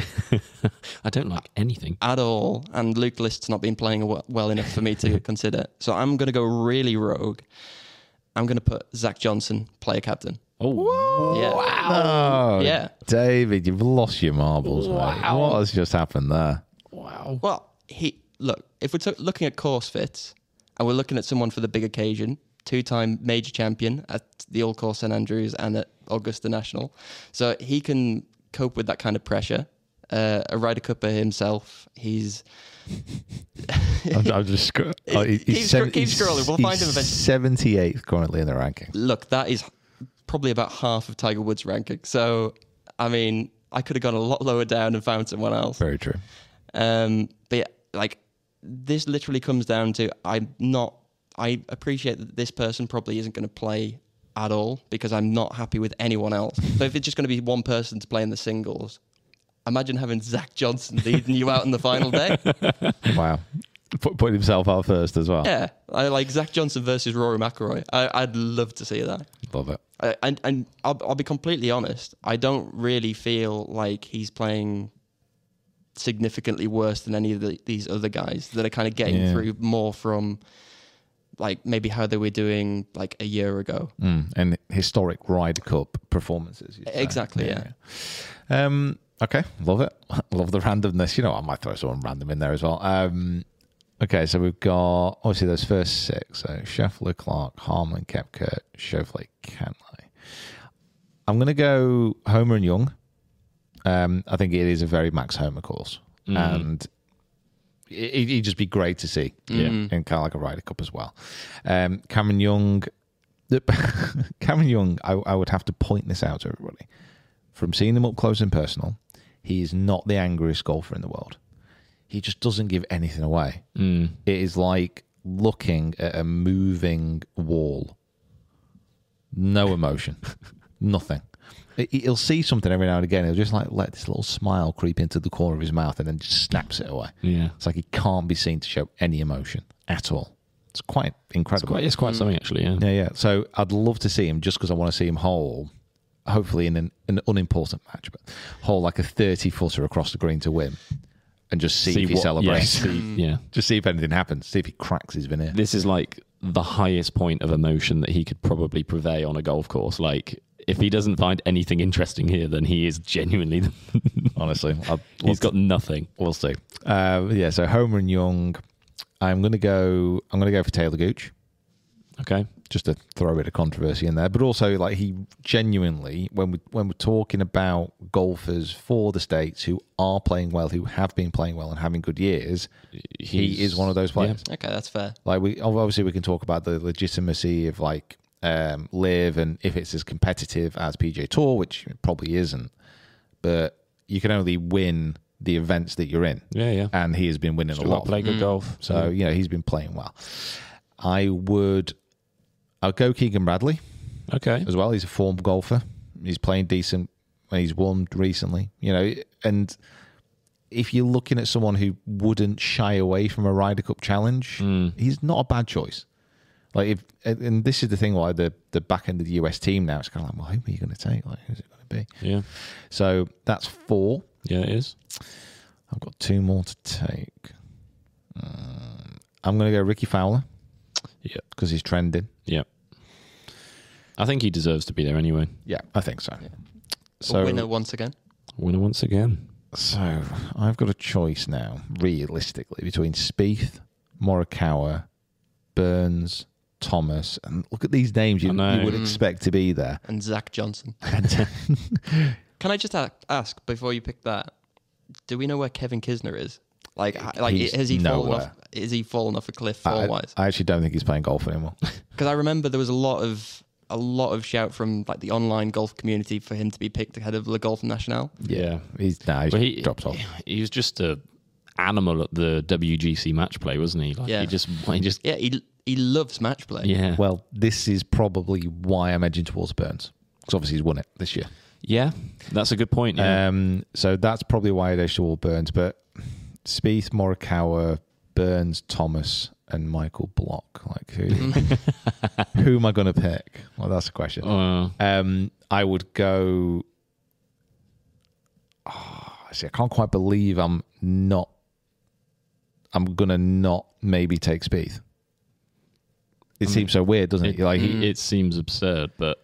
I don't like anything.
at all, and Luke List's not been playing w- well enough for me to consider. So I'm going to go really rogue. I'm going to put Zach Johnson, player captain.
Oh,
Yeah.
Wow.
Yeah.
David, you've lost your marbles, mate. What has just happened there?
Well, he look. If we're to- looking at course fits, and we're looking at someone for the big occasion, two-time major champion at the All Course St Andrews and at Augusta National, so he can cope with that kind of pressure. Uh, a Ryder Cupper himself. He's
I'm, I'm just. Sc- oh, he-
Keep scro-
seven-
keep
he's-
scrolling. We'll
he's
find him eventually.
78th currently in the ranking.
look, that is probably about half of Tiger Woods' ranking. So, I mean, I could have gone a lot lower down and found someone else.
Very true.
Um, but yeah, like this literally comes down to I'm not. I appreciate that this person probably isn't going to play at all because I'm not happy with anyone else. so if it's just going to be one person to play in the singles, imagine having Zach Johnson leading you out on the final day.
Wow. Put, put himself out first as well.
Yeah, I like Zach Johnson versus Rory McIlroy. I, I'd love to see that.
Love it.
I- Uh, and and I'll, I'll be completely honest. I don't really feel like he's playing significantly worse than any of the, these other guys that are kind of getting
Yeah.
through more from like maybe how they were doing like a year ago.
Mm. And historic Ryder Cup performances. you'd say.
Exactly, yeah.
Um, Okay, love it. Love the randomness. You know, what, I might throw someone random in there as well. Um, okay, so we've got obviously those first six. So Scheffler, Clark, Harmon, Kepka, Chauvelet, Cantley. I'm going to go Homer and Young. Um, I think it is a very Max Homer course, and it, it'd just be great to see. Yeah, in kind of like a Ryder Cup as well. Um, Cameron Young, Cameron Young. I, I would have to point this out to everybody from seeing him up close and personal, he is not the angriest golfer in the world. He just doesn't give anything away. It is like looking at a moving wall. No emotion, nothing. He- He'll see something every now and again. He'll just like let this little smile creep into the corner of his mouth and then just snaps it away.
Yeah.
It's like he can't be seen to show any emotion at all. It's quite incredible.
Quite, it's
Hmm.
quite something actually. Yeah.
Yeah, yeah. So I'd love to see him just because I want to see him hole, hopefully in an, an unimportant match, but hole like a 30 footer across the green to win and just see, if he
what-
celebrates.
Yeah, see- yeah.
just see if anything happens. See if he cracks his veneer.
This is like the highest point of emotion that he could probably purvey on a golf course. Like if he doesn't find anything interesting here, then he is genuinely the-
Honestly, I'd
he's
love
got nothing.
we'll see. Uh, yeah, so Homer and Young. I'm gonna go. I'm gonna go for Taylor Gooch.
Okay.
just to throw a bit of controversy in there, but also like he genuinely, when we when we're talking about golfers for the states who are playing well, who have been playing well and having good years, he is one of those players.
Okay, that's fair.
Like we obviously we can talk about the legitimacy of like um, live and if it's as competitive as PJ Tour, which it probably isn't, but you can only win the events that you're in.
Yeah, yeah.
And he has been winning a lot.
Play
Mm.
good golf.
So you know he's been playing well. I would. I'll go Keegan Bradley
Okay.
as well. He's a form golfer. He's playing decent and he's won recently. You know, and if you're looking at someone who wouldn't shy away from a Ryder Cup challenge, he's not a bad choice. Like if and- and this is the thing why the the back end of the US team now it's kind of like, well, who are you going to take? Like, who's it going to be?
Yeah.
So that's four.
Yeah, it is.
I've got two more to take. Um, I'm going to go Ricky Fowler.
Yeah.
because he's trending.
Yeah. I think he deserves to be there anyway.
Yeah, I think so.
A
So
winner once again.
Winner once again.
So I've got a choice now, realistically, between Spieth, Morikawa, Burns, Thomas, and look at these names you,
I know. Mm.
you would expect to be there.
and Zach Johnson. Can I just a- ask before you pick that? Do we know where Kevin Kisner is? Like, h- like
He's
has he fallen
nowhere.
off? Is he fallen off a cliff
I,
form wise?
I actually don't think he's playing golf anymore.
Because I remember there was a lot of a lot of shout from like the online golf community for him to be picked ahead of Le Golf National.
Yeah.
he's nah, he's
Well, he
dropped off.
He was just a animal at the WGC match play, wasn't he? Like
Yeah.
he just he just
Yeah, he he loves match play.
yeah.
Well, this is probably why I'm edging towards Burns because obviously he's won it this year.
yeah. That's a good point. Yeah.
Um, so that's probably why I'd edge towards Burns. But Spieth, Morikawa, Burns, Thomas, and Michael Block. Like who? who am I going to pick? Well, that's the question.
Uh,
Um, I would go. Oh, see, I can't quite believe I'm not. I'm gonna not maybe take Spieth. It seems so weird, doesn't it?
it,
Like, he-
it seems absurd, but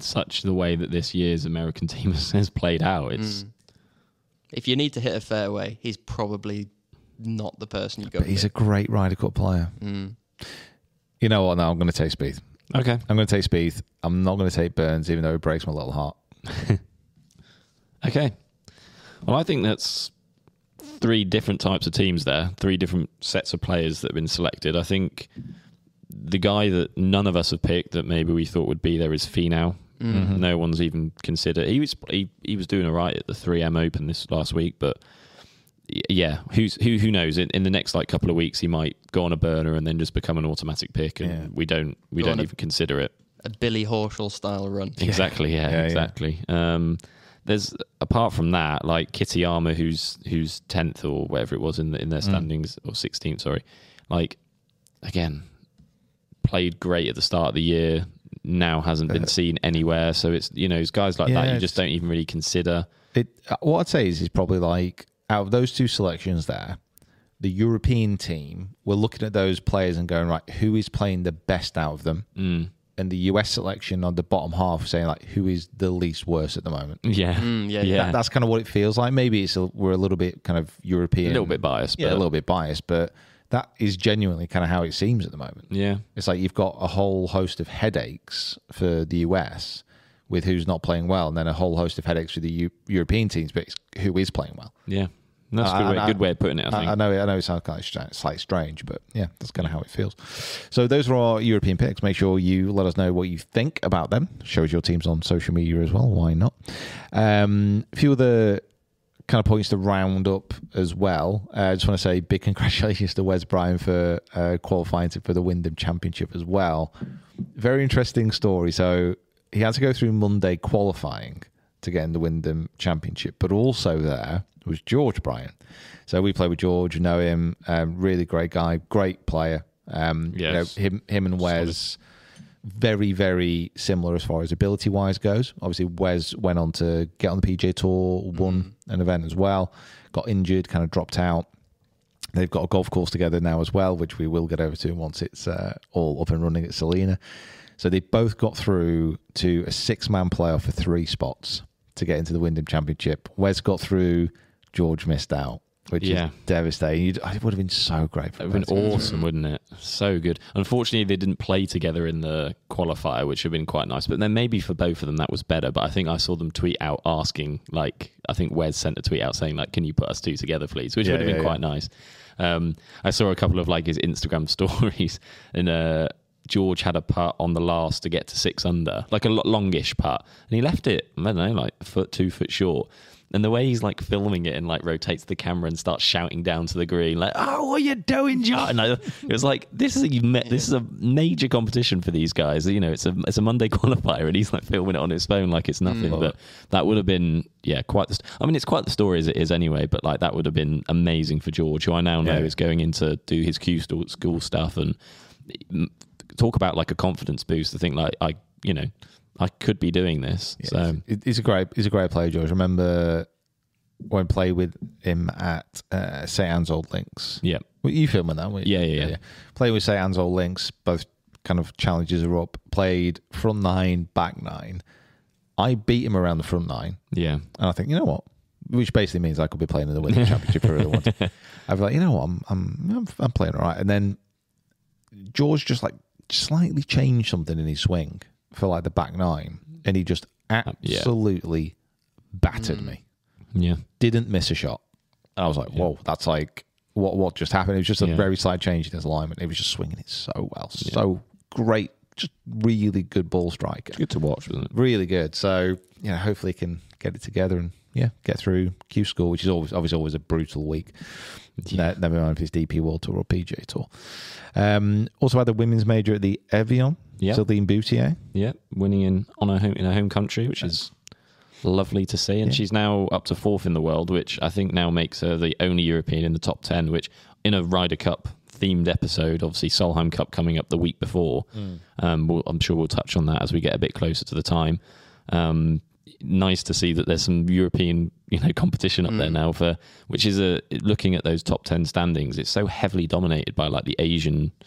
such the way that this year's American team has, has played out, it's
If you need to hit a fairway, he's probably not the person you go.
but he's
with.
a great Ryder Cup player. You know what? No, I'm gonna take Spieth.
okay.
I'm gonna take Spieth. I'm not gonna take Burns, even though it breaks my little heart.
Okay. Well, I think that's three different types of teams there, three different sets of players that have been selected. I think the guy that none of us have picked that maybe we thought would be there is Finau.
Mm-hmm.
No one's even considered. He was he, he was doing all right at the 3M Open this last week, but y- yeah, who's who who knows? In, in the next like couple of weeks, he might go on a burner and then just become an automatic pick, and
Yeah.
we don't we
Go on a-
don't even consider it.
a Billy Horschel style run.
Exactly. Yeah.
Yeah, yeah.
exactly. Um, there's apart from that, like Kitty Armour, who's who's tenth or whatever it was in the, in
Mm.
their standings or sixteenth. Sorry. Like again, played great at the start of the year. Now hasn't
Uh,
been seen anywhere. So it's you know it's guys like
Yeah,
that you just
it's-
don't even really consider.
It uh, what I'd say is is probably like out of those two selections there, the
Mm.
European team we're looking at those players and going right, who is playing the best out of them, and the US selection on the bottom half saying like who is the least worse at the moment.
Yeah.
yeah,
Mm. yeah.
Mm, That, that's kind of what it feels like. Maybe it's a, we're a little bit kind of European,
a little bit biased.
yeah,
but-
a little bit biased, but that is genuinely kind of how it seems at the moment.
Yeah.
It's like you've got a whole host of headaches for the US with who's not playing well, and then a whole host of headaches for the Eu- European teams, but it's who is playing well.
Yeah. That's a
I-
good way,
Uh, I-
good way of putting it, I think.
I, I know, it, I know, it sounds kind of stra- slightly strange, but yeah, that's kind of how it feels. So those were our European picks. Make sure you let us know what you think about them. Show us your teams on social media as well. Why not? Um, a few other kind of points to round up as well. Uh, I just want to say big congratulations to Wes Bryan for uh, qualifying to- for the Wyndham Championship as well. Very interesting story. So he had to go through Monday qualifying to get in the Wyndham Championship, but also there was George Bryan. So we play with George, know him, um, really great guy, great player. Um, you know,
Yes.
him, him and Wes very, very similar as far as ability wise goes. Obviously, Wes went on to get on the PJ Tour, won an event as well, got injured, kind of dropped out. They've got a golf course together now as well, which we will get over to once it's uh, all up and running at Selena. So they both got through to a six man playoff for three spots to get into the Wyndham Championship. Wes got through, George missed out, which
Yeah.
is devastating. You'd, it would have been so great. For
It would have
both of
been
them.
awesome, wouldn't it? So good. Unfortunately, they didn't play together in the qualifier, which would have been quite nice. But then maybe for both of them, that was better. But I think I saw them tweet out asking, like, I think Wes sent a tweet out saying, like, can you put us two together, please? Which
Yeah,
would have
yeah,
been
yeah.
quite nice. Um, I saw a couple of, like, his Instagram stories. And uh, George had a putt on the last to get to six under, like a lo- longish putt. And he left it, I don't know, like a foot, two foot short. And the way he's like filming it and like rotates the camera and starts shouting down to the green, like, "Oh, what are you doing, John?" And I, it was like, "This is a you met. This is a major competition for these guys. You know, it's a it's a Monday qualifier, and he's like filming it on his phone like it's nothing." But that would have been, yeah, quite. The, st- I mean, it's quite the story as it is anyway. But like, that would have been amazing for George, who I now know
Yeah.
is going in to do his Q school, school stuff and m- talk about like a confidence boost. I think like I, you know, I could be doing this. so
It- he's a great he's a great player, George. I remember when I played with him at uh, St Anne's Old Links.
yeah,
Well, you filming that? weren't you?
Yeah, yeah, yeah.
Played with St Anne's Old Links. Both kind of challenges are up. Played front nine, back nine. I beat him around the front nine,
yeah,
and I think you know what. Which basically means I could be playing in the Winter Championship for everyone. I'd be like, you know what, I'm I'm I'm, I'm playing all right. And then George just like slightly changed something in his swing for like the back nine, and he just
yeah. Mm.
absolutely battered me.
yeah.
Didn't miss a shot. And I was like, whoa, that's like what what just happened. It was just a
Yeah.
very slight change in his alignment. He was just swinging it so well, so great, just really good ball striker,
Good to watch, wasn't it?
really good. So you know, hopefully he can get it together and. Yeah, get through Q score, which is always obviously always a brutal week. Ne- Never mind if it's DP World Tour or PGA Tour. Um, also had the women's major at the Evian,
Yeah.
Celine Boutier.
Yeah, winning in on her home in her home country, which is lovely to see. And she's now up to fourth in the world, which I think now makes her the only European in the top ten. Which in a Ryder Cup themed episode, obviously Solheim Cup coming up the week before. Um, we'll, I'm sure we'll touch on that as we get a bit closer to the time. Um, nice to see that there's some European, you know, competition up there now for which is a looking at those top ten standings. It's so heavily dominated by like the Asian I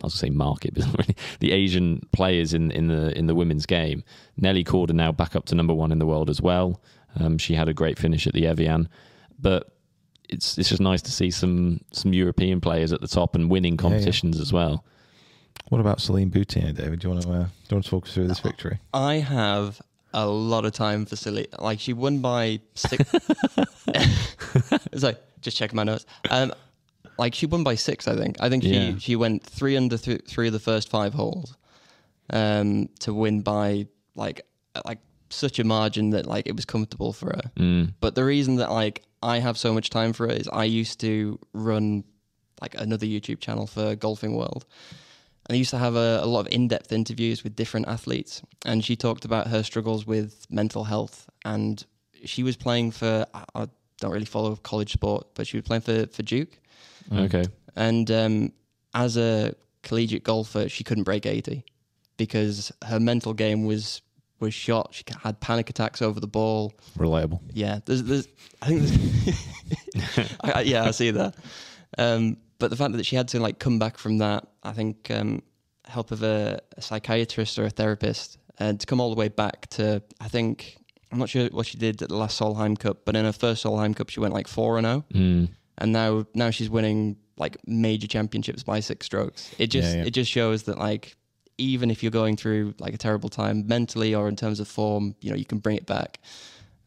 was going to say market, but not really the Asian players in, in the in the women's game. Nelly Corder now back up to number one in the world as well. Um, she had a great finish at the Evian, but it's it's just nice to see some some European players at the top and winning competitions as well.
What about Celine Boutier, David? Do you want to uh, do you want to talk us through
Oh.
this victory?
I have a lot of time for silly. Like she won by six. it's like just checking my notes. Um, like she won by six. I think. I think she
Yeah.
she went three under th- three of the first five holes, um, to win by like uh, like such a margin that like it was comfortable for her. But the reason that like I have so much time for it is I used to run like another YouTube channel for Golfing World. And I used to have a, a lot of in depth interviews with different athletes. And she talked about her struggles with mental health. And she was playing for, I, I don't really follow college sport, but she was playing for, for Duke.
Okay,
And um, as a collegiate golfer, she couldn't break 80 because her mental game was was shot. She had panic attacks over the ball.
Relatable.
Yeah, there's, there's I think, there's, I, I- yeah, I see that. Um, but the fact that she had to like come back from that, I think um, help of a, a psychiatrist or a therapist, and to come all the way back to I think I'm not sure what she did at the last Solheim Cup, but in her first Solheim Cup she went like four and oh. zero,
Mm,
and now now she's winning like major championships by six strokes. It just
yeah.
it just shows that like even if you're going through like a terrible time mentally or in terms of form, you know you can bring it back.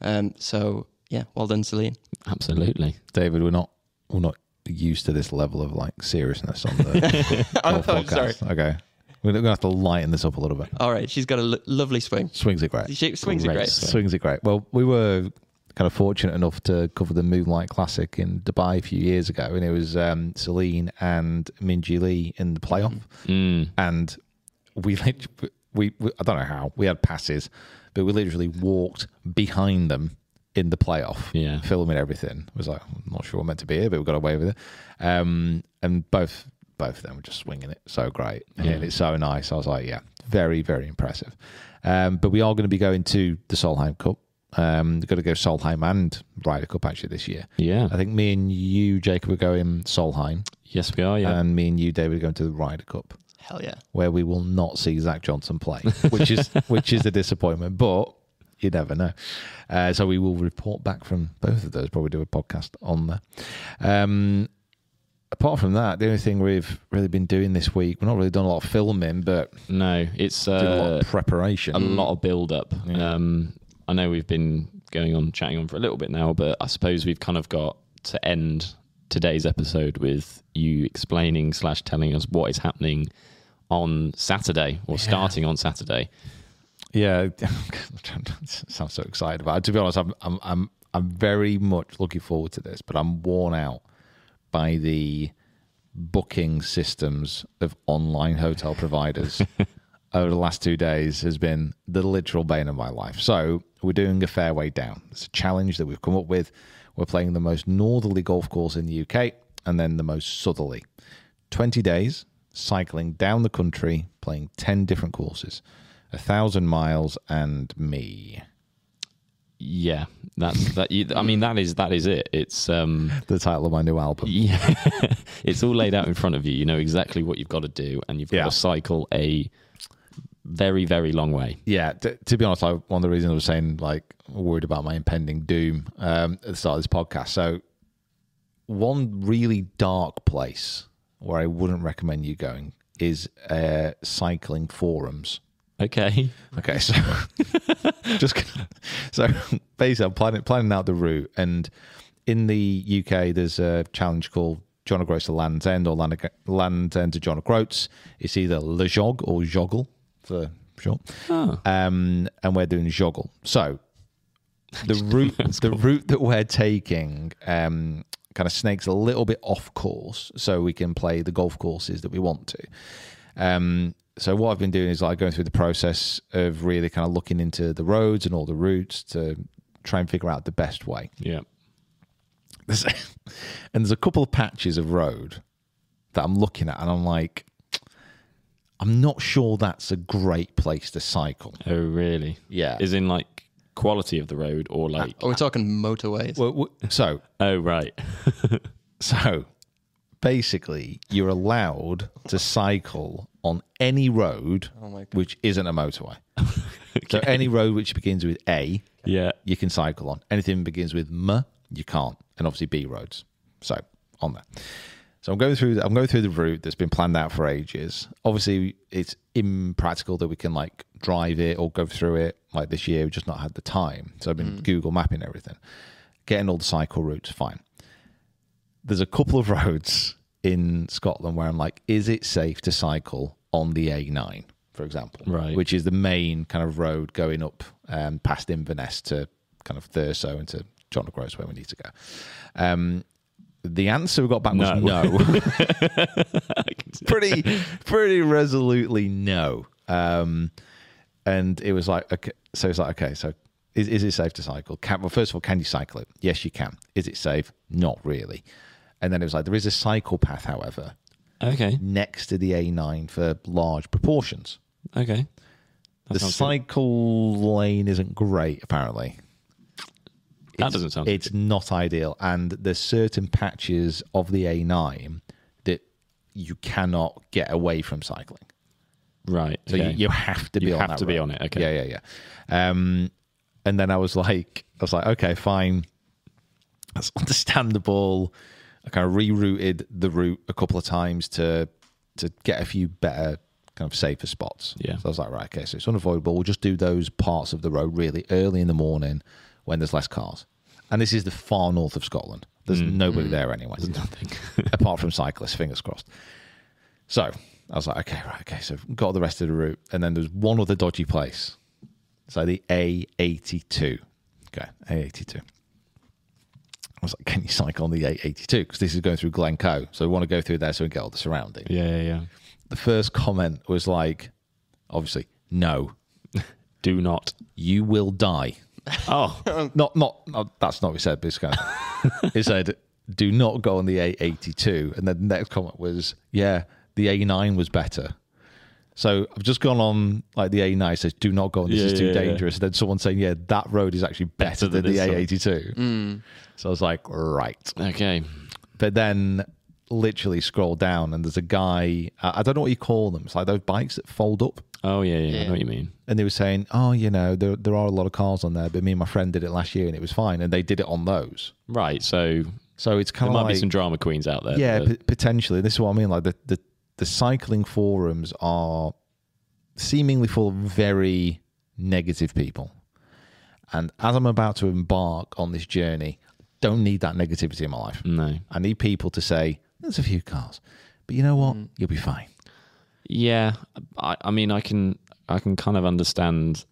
Um, so yeah, well done, Celine.
Absolutely.
David, we're not we're not used to this level of like seriousness on the
I'm
golf
sorry.
podcast. Okay, we're gonna have to lighten this up a little bit.
All right, she's got a lo- lovely swing.
Swings it great.
She swings
Great
it great.
swing.
Swings it great. Well, we were kind of fortunate enough to cover the Moonlight Classic in Dubai a few years ago, and it was um, Celine and Minji Lee in the playoff, and we lit- we, we I don't know how we had passes, but we literally walked behind them in the playoff,
Yeah.
filming everything. It was like I'm not sure we're meant to be here, but we got away with it, um, and both. Both of them were just swinging it so great, and it's so nice. I was like, "Yeah, very, very impressive." Um, but we are going to be going to the Solheim Cup um, got to go Solheim and Ryder Cup actually this year.
Yeah.
I think me and you, Jacob, are going Solheim,
Yes, we are. Yeah.
and me and you, David, are going to the Ryder Cup,
Hell yeah.
where we will not see Zach Johnson play, which is which is a disappointment. But you never know. Uh, so we will report back from both of those. Probably do a podcast on there. Um, apart from that, the only thing we've really been doing this week, we've not really done a lot of filming, but
no, it's
did a lot
uh,
of preparation.
a lot of build up. Um, I know we've been going on chatting on for a little bit now, but I suppose we've kind of got to end today's episode with you explaining slash telling us what is happening on Saturday or starting on Saturday.
Yeah, sounds so excited about. It. To be honest, I'm I'm I'm I'm very much looking forward to this, but I'm worn out by the booking systems of online hotel providers over the last two days has been the literal bane of my life. So we're doing a fair way down. It's a challenge that we've come up with. We're playing the most northerly golf course in the UK and then the most southerly. 20 days cycling down the country, playing 10 different courses, a thousand miles, and me.
Yeah, that's that. You, I mean, that is that is it. It's um,
The title of my new album.
yeah, it's all laid out in front of you. You know exactly what you've got to do, and you've got
Yeah.
to cycle a very very long way.
yeah t- to be honest I, one of the reasons i was saying like worried about my impending doom um, at the start of this podcast so one really dark place where i wouldn't recommend you going is uh, cycling forums
Okay.
Okay, so just so basically, I'm planning planning out the route, and in the UK, there's a challenge called John O'Groats to Land's End or Land, Land's End to John O'Groats. It's either Le Jog or Joggle for short, um, and we're doing Joggle. So the route the route that we're taking um, kind of snakes a little bit off course, so we can play the golf courses that we want to. Um, so what I've been doing is like going through the process of really kind of looking into the roads and all the routes to try and figure out the best way.
Yeah.
There's- and there's a couple of patches of road that I'm looking at, and I'm like, I'm not sure that's a great place to cycle.
Oh, really?
Yeah.
Is in like quality of the road or like?
Oh, we're talking motorways.
Well, w- so
oh, right.
So basically, you're allowed to cycle on any road which isn't a motorway. So any road which begins with A,
Yeah.
you can cycle on. Anything that begins with M, you can't. And obviously B roads. So on there. So I'm going through I'm going through the route that's been planned out for ages. Obviously it's impractical that we can like drive it or go through it like this year. We've just not had the time. So I've been Google mapping everything. Getting all the cycle routes, fine. There's a couple of roads in Scotland where I'm like, is it safe to cycle on the A9, for example?
Right.
Which is the main kind of road going up um, past Inverness to kind of Thurso and to John O'Groats where we need to go. Um, the answer we got back was
No.
no. pretty, pretty resolutely no. Um, and it was like, okay, so it's like, okay, so is, is it safe to cycle? Can, well, first of all, can you cycle it? Yes, you can. Is it safe? Not really. And then it was like, there is a cycle path, however,
Okay.
next to the A9 for large proportions.
Okay.
the
sounds good.
cycle lane isn't great, apparently.
That doesn't sound.
It's not ideal. And there's certain patches of the A9 that you cannot get away from cycling.
Right.
So
okay.
you, you have to be
You
on
have
that
to be
road.
on it, okay.
Yeah, yeah, yeah. Um, and then I was like, I was like, okay, fine. That's understandable. I kind of rerouted the route a couple of times to to get a few better kind of safer spots.
Yeah.
So I was like, right, okay, so it's unavoidable. We'll just do those parts of the road really early in the morning when there's less cars. And this is the far north of Scotland. There's nobody there anyway. Mm. There's nothing. apart from cyclists, fingers crossed. So I was like, okay, right, okay. So got the rest of the route. And then there's one other dodgy place. So the A82. Okay, A82. I was like, can you cycle on the A82? Because this is going through Glencoe. So we want to go through there so we get all the surrounding.
Yeah, yeah, yeah.
The first comment was like, obviously, no,
Do not.
you will die.
Oh,
Not, not, not that's not what he said, but it's kind of, it said, do not go on the A82. And then the next comment was, yeah, the A9 was better. So I've just gone on like the A9 it says, do not go on, this
Yeah,
is too
yeah, yeah.
dangerous. And then someone saying, yeah, that road is actually better,
than
than, the
this one.
A82. So I was like, right.
okay.
But then literally scroll down and there's a guy, I I don't know what you call them. It's like those bikes that fold up.
Oh, yeah, yeah. I
Yeah.
know what you mean.
and they were saying, "Oh, you know, there there are a lot of cars on there, but me and my friend did it last year, and it was fine." And they did it on those,
Right. So
so it's kind
there
of
might
like
be some uh, drama queens out there.
yeah,
that-
p- potentially. This is what I mean. Like the, the the cycling forums are seemingly full of very negative people, and as I'm about to embark on this journey, I don't need that negativity in my life.
no.
I need people to say, "There's a few cars, but you know what? You'll be fine."
Yeah, I, I mean, I can I can kind of understand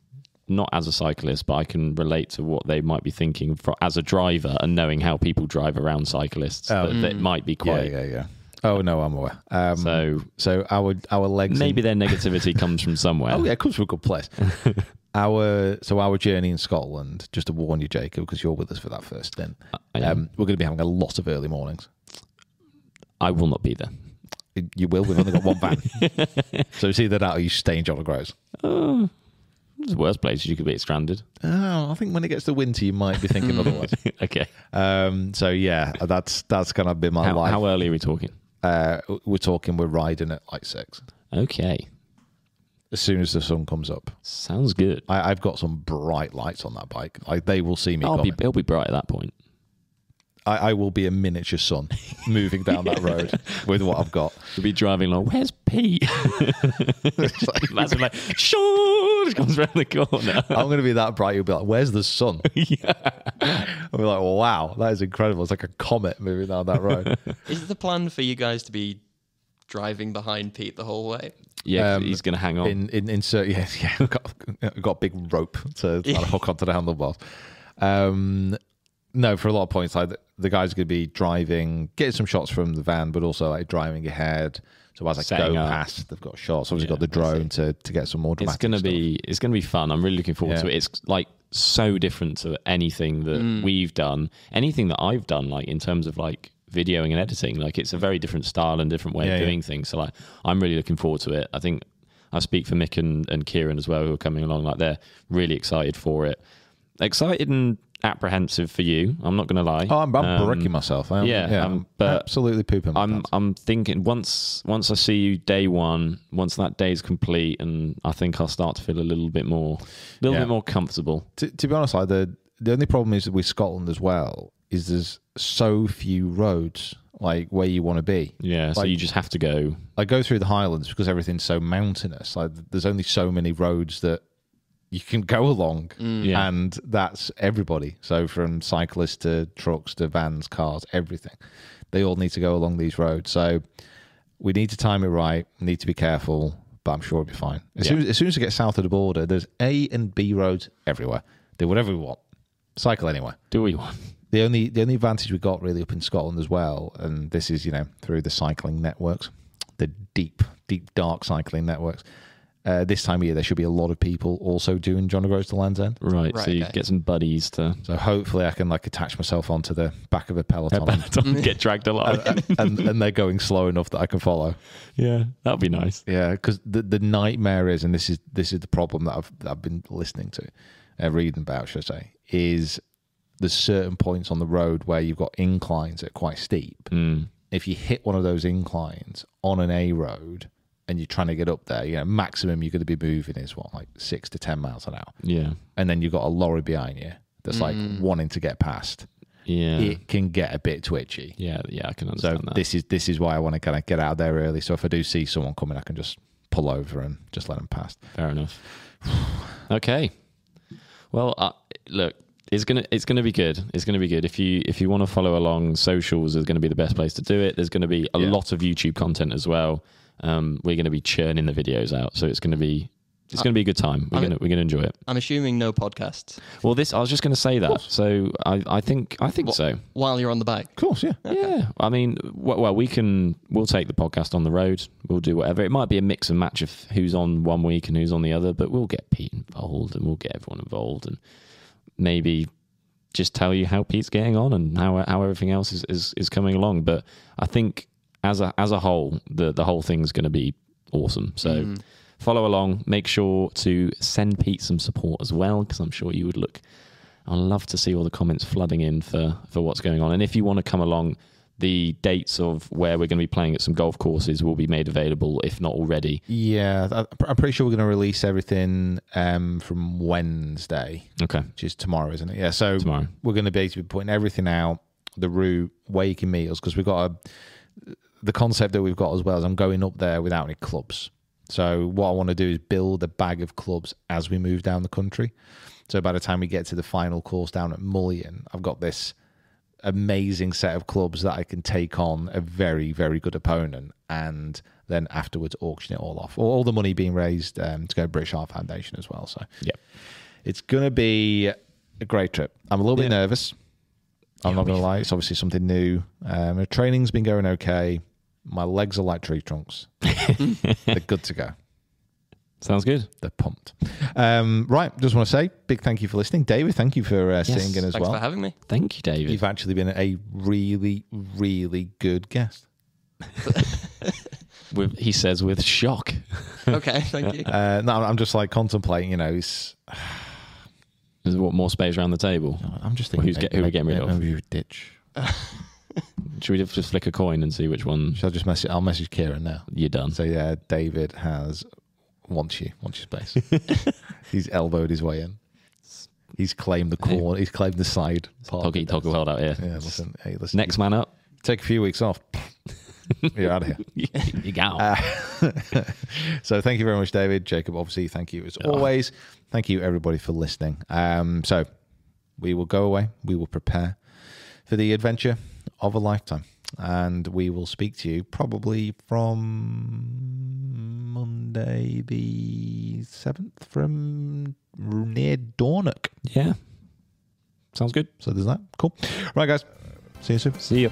not as a cyclist, but I can relate to what they might be thinking for, as a driver and knowing how people drive around cyclists. that, that might be quite
Oh. yeah, yeah. Oh no, I'm aware. Um,
so.
so our our legs
Maybe their negativity comes from somewhere.
Oh yeah, it comes from a good place. our so our journey in Scotland, just to warn you, Jacob, because you're with us for that first stint.
I am.
Um, we're going to be having a lot of early mornings.
I will not be there.
You will. We've only got one van, so it's either that or you stay in John O'Groats.
Ah, There's worse places you could be stranded.
Oh, I think when it gets to winter, you might be thinking otherwise.
okay.
Um, so yeah, that's that's kind of been my
How,
life.
how early are we talking?
uh, we're talking. We're riding at like six.
Okay.
As soon as the sun comes up,
Sounds good.
I, I've got some bright lights on that bike. Like they will see me.
I'll be,
coming.
it'll be bright at that point.
I, I will be a miniature sun moving down that road with what I've got.
We'll be driving along. Where's Pete? That's like, Sean comes round the corner.
I'm going to be that bright. You'll be like, "Where's the sun?" I'll be like, "Wow, that is incredible! It's like a comet moving down that road."
Is the plan for you guys to be driving behind Pete the whole way?
Yeah, 'cause
Um,
he's going to hang on.
in in insert, yeah, yeah. I've got, I've got a big rope to kind of hook onto the handlebars. Um, no, for a lot of points, like the, the guy's going to be driving, getting some shots from the van, but also like driving ahead. So as I
Setting
go
up.
past, they've got shots. Obviously, got the drone to to get some more.
it's
Dramatic
going to
stuff.
be it's going to be fun. I'm really looking forward
Yeah.
to it. It's like so different to anything that we've done, anything that I've done, like in terms of like videoing and editing. Like it's a very different style and different way
Yeah,
of
yeah.
doing things. So like I'm really looking forward to it. I think I speak for Mick and, and Kieran as well, who are coming along. Like they're really excited for it. Excited and apprehensive for you. I'm not going to lie.
Oh, I'm, I'm
Um,
bricking myself. I'm,
yeah,
yeah,
um,
I'm
but
absolutely pooping. my
I'm
pants.
I'm thinking once once I see you day one, once that day's complete, and I think I'll start to feel a little bit more, a little
Yeah.
bit more comfortable.
to, to be honest, like the the only problem is with Scotland as well is there's so few roads like where you want to be.
Yeah, so
Like-
you just have to go.
I go through the Highlands because everything's so mountainous. Like there's only so many roads that you can go along,
Yeah.
and that's everybody. So from cyclists to trucks to vans, cars, everything, they all need to go along these roads. So we need to time it right. We need to be careful, but I'm sure it'll be fine. As, soon, as soon as we get south of the border, there's A and B roads everywhere. Do whatever we want. Cycle anywhere
Do what you want.
the only the only advantage we got really up in Scotland as well, and this is you know through the cycling networks, the deep deep dark cycling networks. Uh, this time of year, there should be a lot of people also doing John O'Groats to Land's End.
Right, so
Right,
you
okay.
get some buddies to
So hopefully, I can like attach myself onto the back of a peloton,
don't get dragged along.
and, and they're going slow enough that I can follow.
yeah, that'd be nice.
Yeah, because the the nightmare is, and this is this is the problem that I've that I've been listening to, uh, reading about, should I say, is there's certain points on the road where you've got inclines that are quite steep. If you hit one of those inclines on an A road, and you're trying to get up there, you know, maximum you're going to be moving is what, like six to 10 miles an hour.
Yeah.
And then you've got a lorry behind you that's like wanting to get past.
Yeah.
It can get a bit twitchy.
yeah. Yeah. I can
So
understand that.
this is this is why I want to kind of get out there early. So if I do see someone coming, I can just pull over and just let them pass.
Fair enough. okay. Well, uh, look, it's gonna it's gonna be good. It's gonna be good. If you if you want to follow along, socials is gonna be the best place to do it. There's gonna be a
Yeah.
lot of YouTube content as well. Um, we're gonna be churning the videos out, so it's gonna be it's gonna be a good time. We're
I'm-
gonna we're gonna enjoy it.
I'm assuming no podcasts
Well, this I was just gonna say that. So I I think I think so.
while you're on the bike.
Of course, yeah.
Yeah, I mean, w- well, we can we'll take the podcast on the road. We'll do whatever. It might be a mix and match of who's on one week and who's on the other, but we'll get Pete involved and we'll get everyone involved and maybe just tell you how Pete's getting on and how how everything else is is, is coming along. But I think as a as a whole, the the whole thing's going to be awesome. So. Follow along. Make sure to send Pete some support as well, because I'm sure you would look I'd love to see all the comments flooding in for, for what's going on. And if you want to come along, the dates of where we're going to be playing at some golf courses will be made available, if not already.
Yeah, I- I'm pretty sure we're going to release everything um, from Wednesday,
Okay.
which is tomorrow, isn't it? Yeah, so
Tomorrow.
we're going to be putting everything out, the route, where you can meet us, because we've got a, the concept that we've got as well is I'm going up there without any clubs. So what I want to do is build a bag of clubs as we move down the country. So by the time we get to the final course down at Mullion, I've got this amazing set of clubs that I can take on a very, very good opponent and then afterwards auction it all off. All all the money being raised um, to go to British Heart Foundation as well. So
Yep.
it's going to be a great trip. I'm a little bit nervous. I'm not going to lie. It's obviously something new. Um, the training's been going okay. My legs are like tree trunks. They're good to go.
Sounds good.
They're pumped. Um, right. Just want to say big thank you for listening. David, thank you for uh, sitting in as
Thanks
well.
for having me.
Thank you, David.
You've actually been a really, really good guest.
With, he says with shock.
Okay, thank you.
Uh, no, I'm just like contemplating, you know, it's,
Is what more space around the table?
I'm just
Well,
thinking.
who's get- who are we getting rid of?
Maybe we ditch.
Should we just flick a coin and see which one
Should I just message? I'll message Kieran now.
you're done?
So yeah, David has wants you, wants your space. he's elbowed his way in. He's claimed the corner. He's claimed the side. Part of
Toggy
the desk.
toggle held out here.
Yeah, listen. Hey, listen.
Next man up.
take a few weeks off. You're out of here.
you go.
So thank you very much, David. Jacob, obviously, thank you as always. Thank you everybody for listening. Um, so we will go away. We will prepare for the adventure of a lifetime, and we will speak to you probably from Monday the seventh from near Dornock.
yeah. Sounds good.
So there's that. Cool. Right, guys. See you soon.
See you.